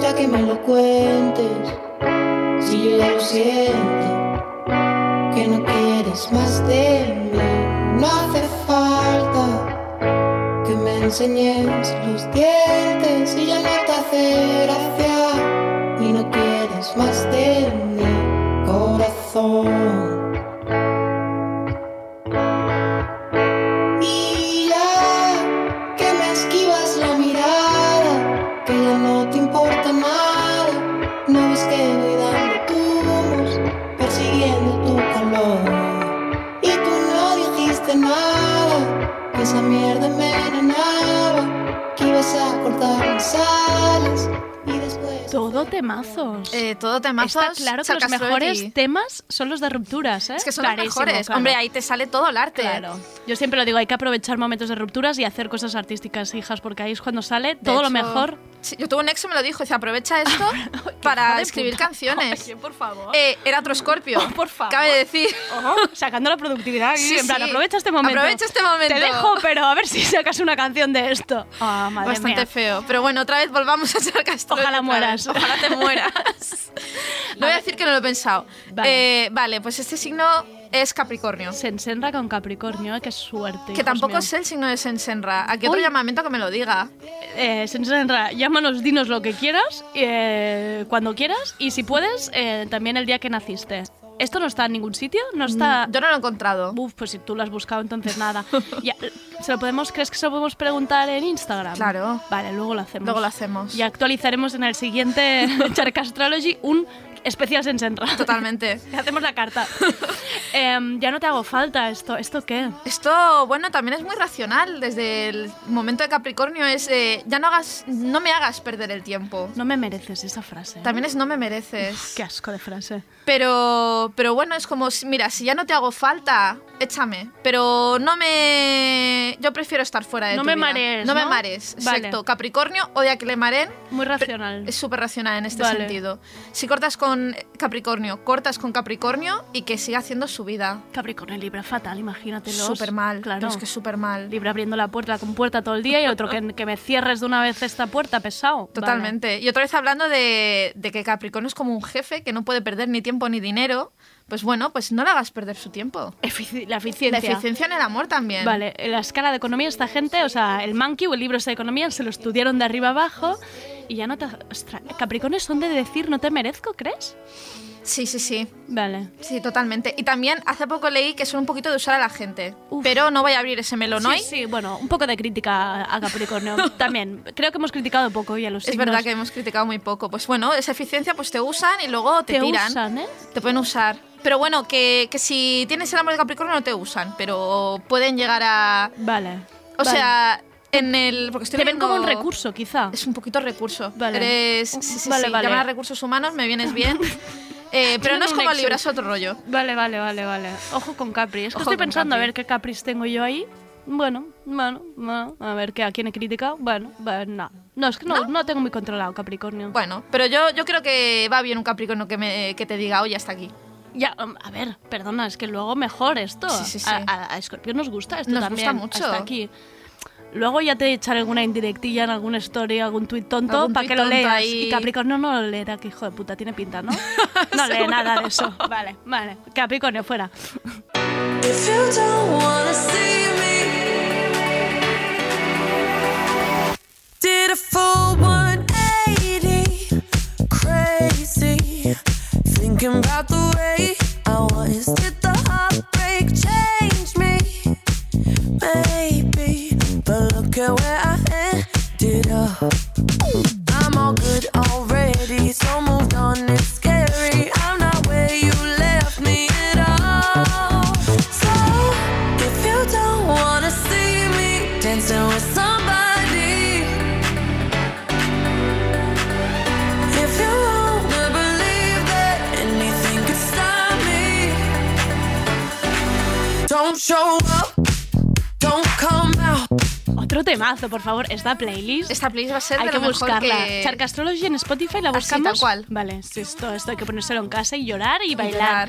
[SPEAKER 19] ya que me lo cuentes. Si yo ya lo siento, que no quieres más de mí. No hace falta que me enseñes los dientes. Si ya no te hace gracia y no quieres más de mí, corazón. Y ya que me esquivas la mirada, que ya no te importa nada, no ves que voy dando tumbos, persiguiendo tu calor. Y tú no dijiste nada, que esa mierda me enanaba, que ibas a cortar mis alas y
[SPEAKER 2] Todo temazos.
[SPEAKER 10] todo Eh, temazos,
[SPEAKER 2] Está claro que los
[SPEAKER 10] Sarcastroidy.
[SPEAKER 2] mejores temas son los de rupturas, ¿eh?
[SPEAKER 10] Es que son
[SPEAKER 2] Clarísimo,
[SPEAKER 10] los mejores.
[SPEAKER 2] claro.
[SPEAKER 10] Hombre, ahí te sale todo el arte.
[SPEAKER 2] Claro. Yo siempre lo digo, hay que aprovechar momentos de rupturas y hacer cosas artísticas, hijas, porque ahí es cuando sale
[SPEAKER 10] De
[SPEAKER 2] todo lo
[SPEAKER 10] hecho,
[SPEAKER 2] mejor.
[SPEAKER 10] sí, yo tuve un ex que me lo dijo, dice, aprovecha esto para escribir canciones. Eh, por favor. era otro Scorpio. por favor. Cabe decir.
[SPEAKER 2] sacando la productividad aquí, en plan, aprovecha este momento.
[SPEAKER 10] Aprovecha este momento.
[SPEAKER 2] Te dejo, pero a ver si sacas una canción de esto. Ah, madre
[SPEAKER 10] Bastante
[SPEAKER 2] mía.
[SPEAKER 10] feo. Pero bueno, otra vez volvamos a echar castor.
[SPEAKER 2] Ojalá mueras.
[SPEAKER 10] Ojalá te mueras. no voy a decir que no lo he pensado. Eh, Vale, pues este signo es Capricornio.
[SPEAKER 2] Se ensenra con Capricornio, ¿eh? qué suerte.
[SPEAKER 10] que tampoco es el signo de Sensenra. Aquí otro
[SPEAKER 2] Uy.
[SPEAKER 10] llamamiento que me lo diga.
[SPEAKER 2] Eh, se ensenra, llámanos, dinos lo que quieras, eh, cuando quieras, y si puedes, eh, también el día que naciste. ¿Esto no está en ningún sitio? ¿No está...
[SPEAKER 10] Mm, Yo no lo he encontrado.
[SPEAKER 2] Uf, pues si tú lo has buscado, entonces nada. Ya, ¿se lo podemos, ¿Crees que se lo podemos preguntar en Instagram? Claro. Vale, luego lo hacemos.
[SPEAKER 10] Luego lo hacemos.
[SPEAKER 2] Y actualizaremos en el siguiente Charca Astrology un especial Sensenra.
[SPEAKER 10] Totalmente.
[SPEAKER 2] hacemos la carta. Em, ya no te hago falta esto. ¿Esto qué?
[SPEAKER 10] Esto, bueno, también es muy racional. Desde el momento de Capricornio es eh, ya no hagas, no me hagas perder el tiempo.
[SPEAKER 2] No me mereces esa frase.
[SPEAKER 10] También es no me mereces.
[SPEAKER 2] Qué asco de frase.
[SPEAKER 10] Pero, pero bueno, es como, si- mira, si ya no te hago falta, échame. Pero no me... Yo prefiero estar fuera de
[SPEAKER 2] No
[SPEAKER 10] tu
[SPEAKER 2] me
[SPEAKER 10] vida.
[SPEAKER 2] marees,
[SPEAKER 10] No, me
[SPEAKER 2] ¿no?
[SPEAKER 10] marees,
[SPEAKER 2] Vale.
[SPEAKER 10] exacto. Capricornio, odia que le mareen.
[SPEAKER 2] Muy racional.
[SPEAKER 10] Es súper racional en este
[SPEAKER 2] Vale.
[SPEAKER 10] sentido. Si cortas con Capricornio, cortas con Capricornio y que siga haciendo su vida.
[SPEAKER 2] Capricornio y Libra fatal, imagínatelo.
[SPEAKER 10] Súper mal,
[SPEAKER 2] claro.
[SPEAKER 10] pero es que súper mal.
[SPEAKER 2] Libra abriendo la puerta, la compuerta todo el día y otro que, que me cierres de una vez esta puerta, pesado. Vale.
[SPEAKER 10] Totalmente. Y otra vez hablando de, de que Capricornio es como un jefe que no puede perder ni tiempo ni dinero, pues bueno, pues no le hagas perder su tiempo.
[SPEAKER 2] Efici- la
[SPEAKER 10] La
[SPEAKER 2] eficiencia.
[SPEAKER 10] eficiencia en el amor también.
[SPEAKER 2] Vale, en la escala de economía esta gente, o sea, el Monkey o el libro este de economía se lo estudiaron de arriba abajo y ya no te... Ostras, Capricornio son de decir no te merezco, ¿crees?
[SPEAKER 10] Sí, sí, sí.
[SPEAKER 2] Vale.
[SPEAKER 10] Sí, totalmente. Y también hace poco leí que son un poquito de usar a la gente. Pero no voy a abrir ese melón hoy.
[SPEAKER 2] Sí, sí, bueno, un poco de crítica a Capricornio también. Creo que hemos criticado poco hoy a los
[SPEAKER 10] Es
[SPEAKER 2] signos.
[SPEAKER 10] verdad que hemos criticado muy poco. Pues bueno, esa eficiencia pues te usan y luego te,
[SPEAKER 2] Te
[SPEAKER 10] tiran.
[SPEAKER 2] usan, ¿eh?
[SPEAKER 10] Te pueden usar. Pero bueno, que, que si tienes el amor de Capricornio no te usan, pero pueden llegar a...
[SPEAKER 2] Vale.
[SPEAKER 10] O
[SPEAKER 2] vale.
[SPEAKER 10] sea, en el... Porque estoy
[SPEAKER 2] Te ven como
[SPEAKER 10] viendo-
[SPEAKER 2] un recurso, quizá. Es
[SPEAKER 10] un poquito recurso.
[SPEAKER 2] Vale.
[SPEAKER 10] Eres... Sí, sí,
[SPEAKER 2] Vale,
[SPEAKER 10] sí.
[SPEAKER 2] vale.
[SPEAKER 10] Llaman a recursos humanos, me vienes bien. Eh, pero
[SPEAKER 2] Tienen
[SPEAKER 10] no es
[SPEAKER 2] un
[SPEAKER 10] como
[SPEAKER 2] nexo.
[SPEAKER 10] Libra, es otro rollo.
[SPEAKER 2] Vale, vale, vale, vale. Ojo con Capri. Es que
[SPEAKER 10] Ojo
[SPEAKER 2] estoy
[SPEAKER 10] con
[SPEAKER 2] pensando a
[SPEAKER 10] Capri.
[SPEAKER 2] ver qué Capris tengo yo ahí. Bueno, bueno, bueno, a ver qué a quién he criticado. Bueno, bueno, no. No, es que no, ¿No? tengo muy controlado Capricornio.
[SPEAKER 10] Bueno, pero yo, yo creo que va bien un Capricornio que, me, que te diga, oye, hasta aquí.
[SPEAKER 2] Ya, um, a ver, perdona, es que luego mejor esto.
[SPEAKER 10] Sí, sí, sí.
[SPEAKER 2] A, a- a Scorpion nos gusta esto
[SPEAKER 10] Nos gusta
[SPEAKER 2] también.
[SPEAKER 10] mucho.
[SPEAKER 2] Hasta aquí. Luego ya te echaré alguna indirectilla en alguna story, algún tuit tonto
[SPEAKER 10] Algún
[SPEAKER 2] para
[SPEAKER 10] tuit
[SPEAKER 2] que lo
[SPEAKER 10] tonto
[SPEAKER 2] leas.
[SPEAKER 10] ahí.
[SPEAKER 2] Y Capricornio no lo leerá, que hijo de puta, tiene pinta, ¿no? No lee
[SPEAKER 12] Seguro.
[SPEAKER 2] nada de eso. Vale, vale. Capricornio, fuera.
[SPEAKER 12] If you don't wanna see me, did a full 180, crazy, thinking about the way I was. Did the heartbreak change me? Maybe, but look at where I ended up. I'm all good already, so moved on. It's scary. I'm not where you left me at all. So if you don't wanna see me dancing with somebody, if you wanna believe that anything could stop me, don't show up, don't come out.
[SPEAKER 2] Otro temazo, por favor. Esta playlist.
[SPEAKER 10] Esta playlist va a ser
[SPEAKER 2] Hay
[SPEAKER 10] de
[SPEAKER 2] que
[SPEAKER 10] lo mejor
[SPEAKER 2] buscarla.
[SPEAKER 10] que-
[SPEAKER 2] Charca Astrology en Spotify la
[SPEAKER 10] Así, tal
[SPEAKER 2] buscamos.
[SPEAKER 10] cual.
[SPEAKER 2] Vale, sí, esto, esto hay que ponérselo en casa y llorar y bailar.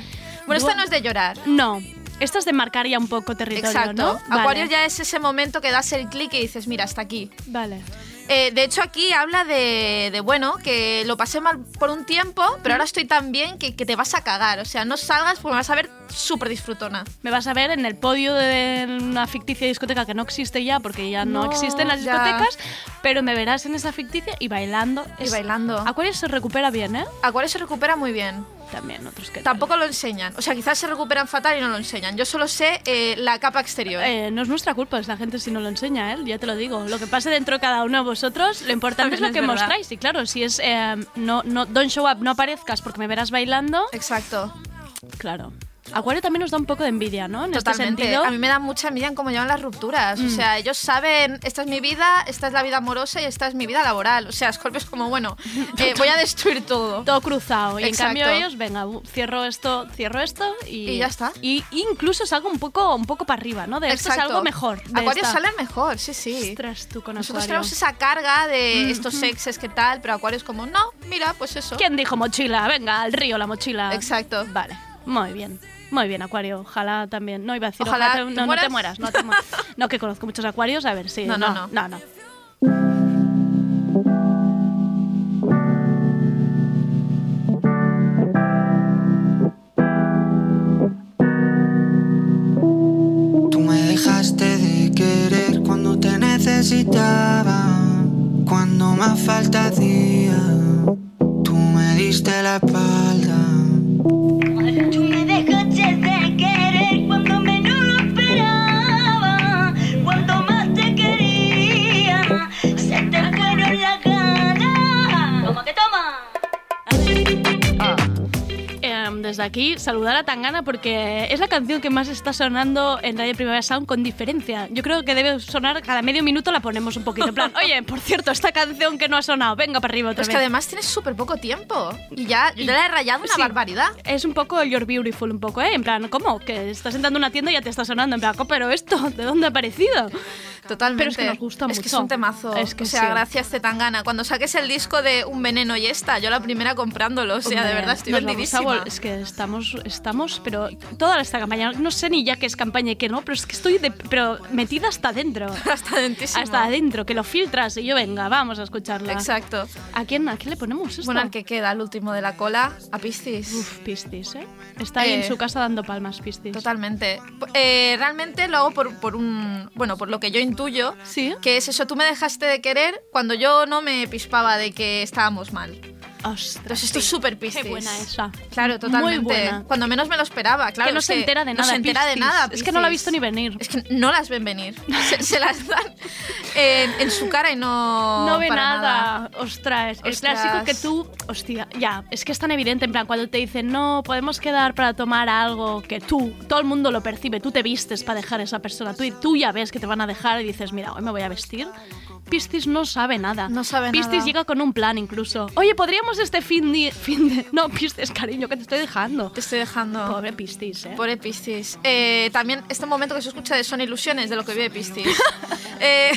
[SPEAKER 10] llorar. Bueno, esta
[SPEAKER 2] Luego-
[SPEAKER 10] no es de llorar.
[SPEAKER 2] No, esta es de marcar ya un poco territorio, ¿no?
[SPEAKER 10] Exacto.
[SPEAKER 2] Vale.
[SPEAKER 10] Acuario ya es ese momento que das el clic y dices, mira, hasta aquí.
[SPEAKER 2] Vale.
[SPEAKER 10] Eh, de hecho, aquí habla de, de, bueno, que lo pasé mal por un tiempo, pero ahora estoy tan bien que, que te vas a cagar. O sea, no salgas porque me vas a ver súper disfrutona.
[SPEAKER 2] Me vas a ver en el podio de una ficticia discoteca que no existe ya, porque ya no,
[SPEAKER 10] No,
[SPEAKER 2] existen las
[SPEAKER 10] ya.
[SPEAKER 2] discotecas, pero me verás en esa ficticia y bailando.
[SPEAKER 10] Y
[SPEAKER 2] Es-
[SPEAKER 10] bailando.
[SPEAKER 2] Acuario se recupera bien, ¿eh?
[SPEAKER 10] Acuario se recupera muy bien.
[SPEAKER 2] También otros que...
[SPEAKER 10] Tampoco lo enseñan. O sea, quizás se recuperan fatal y no lo enseñan. Yo solo sé eh, la capa exterior.
[SPEAKER 2] Eh, no es nuestra culpa esa gente si no lo enseña, ¿eh? ya te lo digo. Lo que pase dentro de cada uno de vosotros, lo importante es
[SPEAKER 10] También
[SPEAKER 2] lo
[SPEAKER 10] es verdad.
[SPEAKER 2] que mostráis. Y claro, si es em, eh, no, no, don't show up, no aparezcas porque me verás bailando.
[SPEAKER 10] Exacto.
[SPEAKER 2] Claro. Acuario también nos da un poco de envidia, ¿no? En este
[SPEAKER 10] Totalmente.
[SPEAKER 2] sentido.
[SPEAKER 10] A mí me da mucha envidia en cómo llevan las rupturas. O
[SPEAKER 2] Mm.
[SPEAKER 10] sea, ellos saben, esta es mi vida, esta es la vida amorosa y esta es mi vida laboral. O sea, Scorpio es como, bueno, eh, voy a destruir todo.
[SPEAKER 2] Todo cruzado. Y en cambio ellos, venga, bu- cierro esto, cierro esto y,
[SPEAKER 10] Y ya está.
[SPEAKER 2] Y incluso salgo un poco, un poco para arriba, ¿no? De esto
[SPEAKER 10] Exacto.
[SPEAKER 2] salgo mejor. de
[SPEAKER 10] Acuario
[SPEAKER 2] esta.
[SPEAKER 10] sale mejor, sí, sí.
[SPEAKER 2] Ostras, tú con
[SPEAKER 10] Nosotros
[SPEAKER 2] Acuario.
[SPEAKER 10] tenemos esa carga de
[SPEAKER 2] Mm.
[SPEAKER 10] estos exes que tal, pero Acuario es como, no, mira, pues eso.
[SPEAKER 2] ¿Quién dijo mochila? Venga, al río la mochila. Exacto. Vale, muy bien. Muy bien, Acuario. Ojalá también. No iba a decir,
[SPEAKER 10] Ojalá
[SPEAKER 2] te-
[SPEAKER 10] te
[SPEAKER 2] no, no te
[SPEAKER 10] mueras.
[SPEAKER 2] mueras. No, te mu- no, que conozco muchos Acuarios. A ver, sí.
[SPEAKER 10] No, no,
[SPEAKER 2] no. no, no.
[SPEAKER 20] Tú me dejaste de querer cuando te necesitaba, cuando más falta hacía. Tú me diste la espalda.
[SPEAKER 12] Tú me dejaste de querer cuando menos lo esperaba, cuando más te quería, se te fueron las ganas. Toma que toma.
[SPEAKER 2] Em, desde aquí, saludar a Tangana porque es la canción que más está sonando en Radio Primavera Sound con diferencia. Yo creo que debe sonar cada medio minuto, la ponemos un poquito. En plan, oye, por cierto, esta canción que no ha sonado, venga para arriba
[SPEAKER 10] Pero
[SPEAKER 2] otra
[SPEAKER 10] es
[SPEAKER 2] vez.
[SPEAKER 10] que además tienes súper poco tiempo. Y ya, yo
[SPEAKER 2] Y-
[SPEAKER 10] ya le he rayado una
[SPEAKER 2] sí.
[SPEAKER 10] barbaridad.
[SPEAKER 2] Es un poco el You're Beautiful, un poco, ¿eh? En plan, ¿cómo? Que estás entrando en una tienda y ya te está sonando. En plan, "Co- ¿pero esto? ¿De dónde ha aparecido?
[SPEAKER 10] Totalmente.
[SPEAKER 2] Pero es que nos gusta
[SPEAKER 10] Es
[SPEAKER 2] mucho.
[SPEAKER 10] que es un temazo.
[SPEAKER 2] Es que
[SPEAKER 10] o sea,
[SPEAKER 2] sí.
[SPEAKER 10] gracias Zetangana. Cuando saques el disco de Un Veneno y esta, yo la primera comprándolo. O sea, de
[SPEAKER 2] Hombre,
[SPEAKER 10] verdad estoy
[SPEAKER 2] nos vamos a
[SPEAKER 10] vendidísima.
[SPEAKER 2] vol- Es que estamos, estamos, pero toda esta campaña, no sé ni ya qué es campaña y qué no, pero es que estoy de- pero metida hasta adentro.
[SPEAKER 10] hasta adentrísimo.
[SPEAKER 2] Hasta adentro, que lo filtras y yo venga, vamos a escucharla.
[SPEAKER 10] Exacto.
[SPEAKER 2] ¿A quién, a quién le ponemos esto?
[SPEAKER 10] Bueno, al que queda, el último de la cola, a Piscis.
[SPEAKER 2] Uf, Piscis, ¿eh? Está ahí en su casa dando palmas, Piscis.
[SPEAKER 10] Totalmente. Eh, realmente lo hago por, por un. Bueno, por lo que yo intuyo.
[SPEAKER 2] Sí.
[SPEAKER 10] Que es eso, tú me dejaste de querer cuando yo no me pispaba de que estábamos mal.
[SPEAKER 2] Ostras.
[SPEAKER 10] Entonces esto es súper Piscis.
[SPEAKER 2] Qué buena esa.
[SPEAKER 10] Claro, totalmente.
[SPEAKER 2] Muy buena.
[SPEAKER 10] Cuando menos me lo esperaba, claro.
[SPEAKER 2] que no
[SPEAKER 10] es
[SPEAKER 2] se entera de
[SPEAKER 10] no
[SPEAKER 2] nada.
[SPEAKER 10] se entera de
[SPEAKER 2] Piscis.
[SPEAKER 10] nada.
[SPEAKER 2] Es que no la ha
[SPEAKER 10] Piscis.
[SPEAKER 2] visto ni venir.
[SPEAKER 10] Es que no las ven venir. Se, se las dan eh, en, en su cara y no.
[SPEAKER 2] No ve
[SPEAKER 10] para
[SPEAKER 2] nada. Ostras, el
[SPEAKER 10] Ostras.
[SPEAKER 2] clásico que tú. Hostia, ya, es que es tan evidente. En plan, cuando te dicen, no, podemos quedar para tomar algo que tú, todo el mundo lo percibe, tú te vistes para dejar a esa persona. Tú, tú ya ves que te van a dejar y dices, mira, hoy me voy a vestir. Piscis no sabe nada. No sabe Piscis
[SPEAKER 10] nada.
[SPEAKER 2] llega con un plan incluso. Oye, podríamos este fin de. Fin de... No, Piscis, cariño, que te estoy dejando. Te
[SPEAKER 10] estoy dejando.
[SPEAKER 2] Pobre Piscis, eh.
[SPEAKER 10] Pobre Piscis. Eh, también este momento que se escucha de Son Ilusiones, de lo que vive Piscis. Eh,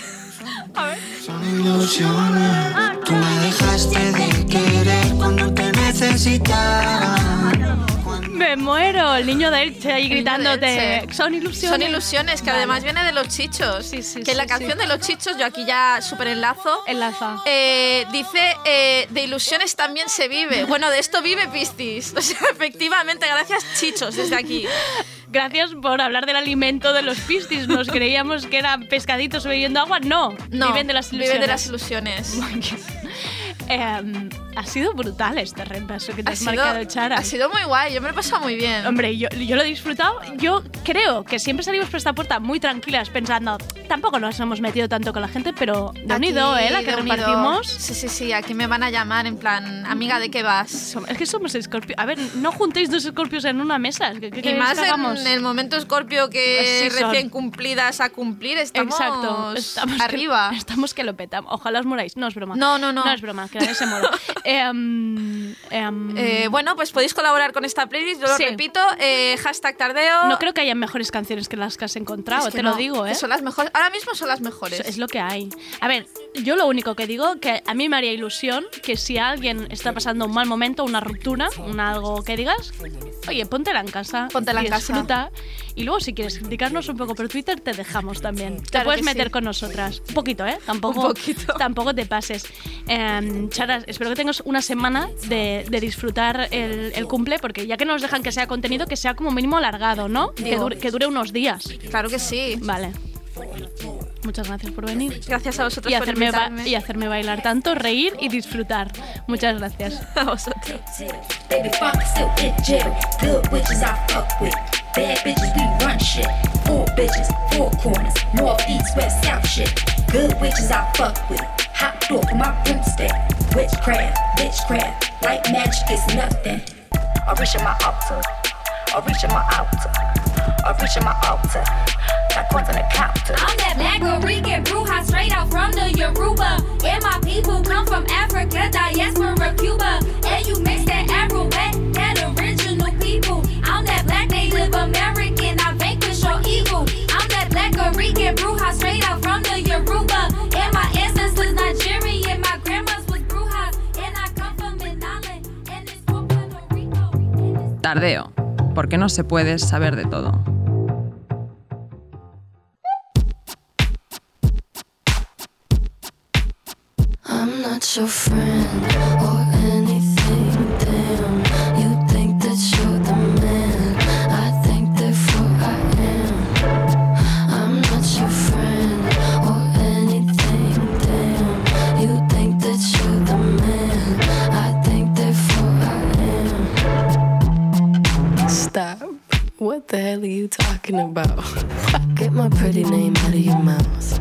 [SPEAKER 10] a ver.
[SPEAKER 20] Son ilusiones. Tú me dejaste de querer cuando te necesitaba.
[SPEAKER 2] Me muero, el niño de Elche ahí
[SPEAKER 10] niño de
[SPEAKER 2] gritándote.
[SPEAKER 10] Elche.
[SPEAKER 2] Son ilusiones.
[SPEAKER 10] Son ilusiones, que
[SPEAKER 2] Vale.
[SPEAKER 10] además viene de los chichos. que
[SPEAKER 2] sí,
[SPEAKER 10] la canción
[SPEAKER 2] sí.
[SPEAKER 10] de los chichos, yo aquí ya súper enlazo.
[SPEAKER 2] Enlaza.
[SPEAKER 10] dice, eh, de ilusiones también se vive. Bueno, de esto vive Piscis. O sea, efectivamente, gracias chichos desde aquí.
[SPEAKER 2] Gracias por hablar del alimento de los pistis. Nos creíamos que eran pescaditos bebiendo agua. No,
[SPEAKER 10] No,
[SPEAKER 2] viven de las ilusiones.
[SPEAKER 10] viven de las ilusiones.
[SPEAKER 2] Em, ha sido brutal este repaso que te
[SPEAKER 10] Ha
[SPEAKER 2] has
[SPEAKER 10] sido-
[SPEAKER 2] marcado, Chara.
[SPEAKER 10] ha sido muy guay, yo me lo he pasado muy bien.
[SPEAKER 2] Hombre, yo, yo lo he disfrutado. Yo creo que siempre salimos por esta puerta muy tranquilas pensando, tampoco nos hemos metido tanto con la gente, pero de
[SPEAKER 10] Aquí,
[SPEAKER 2] unido, ¿eh? La que
[SPEAKER 10] de unido.
[SPEAKER 2] repartimos.
[SPEAKER 10] Sí, sí, sí, aquí me van a llamar en plan, amiga, ¿de qué vas?
[SPEAKER 2] Es que somos escorpios. A ver, no juntéis dos escorpios en una mesa. ¿Qué, qué
[SPEAKER 10] Y
[SPEAKER 2] queréis
[SPEAKER 10] más
[SPEAKER 2] que hagamos?
[SPEAKER 10] en el momento escorpio que
[SPEAKER 2] Así son.
[SPEAKER 10] recién cumplidas a cumplir, estamos,
[SPEAKER 2] Exacto, estamos que-
[SPEAKER 10] arriba.
[SPEAKER 2] estamos que lo petamos. Ojalá os muráis. No es broma.
[SPEAKER 10] No, no, no.
[SPEAKER 2] No es broma, que nadie se muera. Em, em,
[SPEAKER 10] Eh, bueno, pues podéis colaborar con esta playlist, yo lo
[SPEAKER 2] Sí.
[SPEAKER 10] repito, eh, hashtag tardeo.
[SPEAKER 2] no creo que haya mejores canciones que las que has encontrado,
[SPEAKER 10] Es que
[SPEAKER 2] te
[SPEAKER 10] no,
[SPEAKER 2] lo digo,
[SPEAKER 10] que
[SPEAKER 2] ¿eh?
[SPEAKER 10] son las mejores. Ahora mismo son las mejores.
[SPEAKER 2] Es lo que hay. A ver, yo lo único que digo que a mí me haría ilusión que si alguien está pasando un mal momento, una ruptura, un algo que digas, oye, póntela en casa,
[SPEAKER 10] Póntela en
[SPEAKER 2] y
[SPEAKER 10] casa.
[SPEAKER 2] disfruta. Y luego si quieres criticarnos un poco por Twitter, te dejamos también. te
[SPEAKER 10] Claro
[SPEAKER 2] puedes
[SPEAKER 10] que
[SPEAKER 2] meter
[SPEAKER 10] sí.
[SPEAKER 2] con nosotras. Un poquito, ¿eh? Tampoco,
[SPEAKER 10] Un
[SPEAKER 2] Tampoco te pases. Eh, Chara, espero que tengas una semana de, de disfrutar el, el cumple, porque ya que nos dejan que sea contenido, que sea como mínimo alargado, ¿no? Que
[SPEAKER 10] Digo.
[SPEAKER 2] dure, que dure unos días.
[SPEAKER 10] Claro que sí.
[SPEAKER 2] Vale. Muchas gracias por venir.
[SPEAKER 10] Gracias a vosotros
[SPEAKER 2] y
[SPEAKER 10] por
[SPEAKER 2] hacerme ba-
[SPEAKER 10] invitarme.
[SPEAKER 2] y hacerme bailar tanto, reír y disfrutar. Muchas gracias.
[SPEAKER 10] A vosotros.
[SPEAKER 9] Baby Funk still in jail. Good witches I fuck with. Bad bitches we run shit. Four bitches, four corners, north, east, west, south shit. Good witches I fuck with. Hot door for my broomstick. Witchcraft, bitchcraft, like magic is nothing. I wish on my altar. I reach in my altar. I reach in my altar. Like one's on the counter.
[SPEAKER 21] I'm that black Rican bruja straight out from the Yoruba. And my people come from Africa, diaspora, Cuba. And you mix that Arawak, that original people. I'm that black Native American, I vanquish your evil. I'm that black Rican bruja straight out from the Yoruba. And my ancestors Nigerian, my grandma's was brujas. And I come from Manila.
[SPEAKER 3] Tardeo, porque no se puede saber de todo.
[SPEAKER 12] I'm not your friend or anything, damn. You think that you're the man, I think therefore I am. I'm not your friend or anything, damn. You think that you're the man, I think therefore I am. Stop. What the hell are you talking about? Get my pretty name out of your mouth.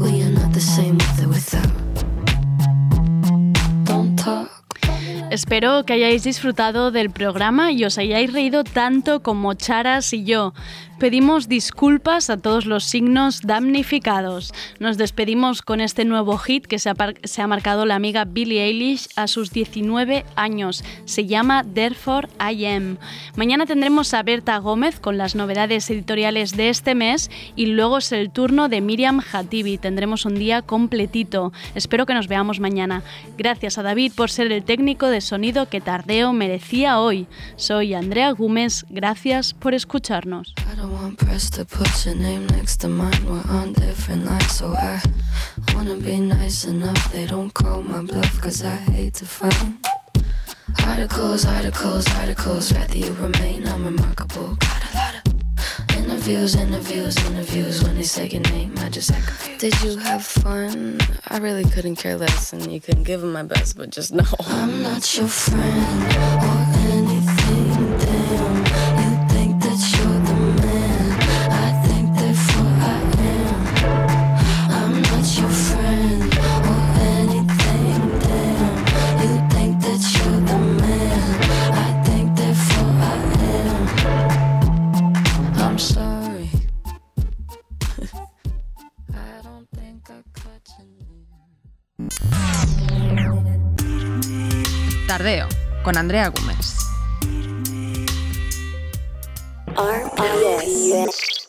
[SPEAKER 12] We are not the same with or without. Don't talk.
[SPEAKER 2] Espero que hayáis disfrutado del programa y os hayáis reído tanto como Charas y yo. Pedimos disculpas a todos los signos damnificados. Nos despedimos con este nuevo hit que se ha, par- se ha marcado la amiga Billie Eilish a sus 19 años. Se llama Therefore I Am. Em, Mañana tendremos a Berta Gómez con las novedades editoriales de este mes y luego es el turno de Miriam Hatibi. Tendremos un día completito. Espero que nos veamos mañana. Gracias a David por ser el técnico de sonido que Tardeo merecía hoy. Soy Andrea Gómez. Gracias por escucharnos.
[SPEAKER 12] I don't want press to put your name next to mine. We're on different lines, so I wanna be nice enough. They don't call my bluff, cause I hate to fight. Articles, articles, articles. Rather you remain unremarkable. Got a lot of interviews, interviews, interviews. When they say your name, I just act confused.
[SPEAKER 21] Did you have fun? I really couldn't care less, and you couldn't give him my best, but just know.
[SPEAKER 12] I'm not your friend or anything, damn. You think that you're the man, I think therefore I am. I'm not your friend or anything, damn. You think that you're the man, I think therefore I am. I'm sorry. I don't think I caught you.
[SPEAKER 3] Tardeo, con Andrea Gómez.
[SPEAKER 22] R-I-S.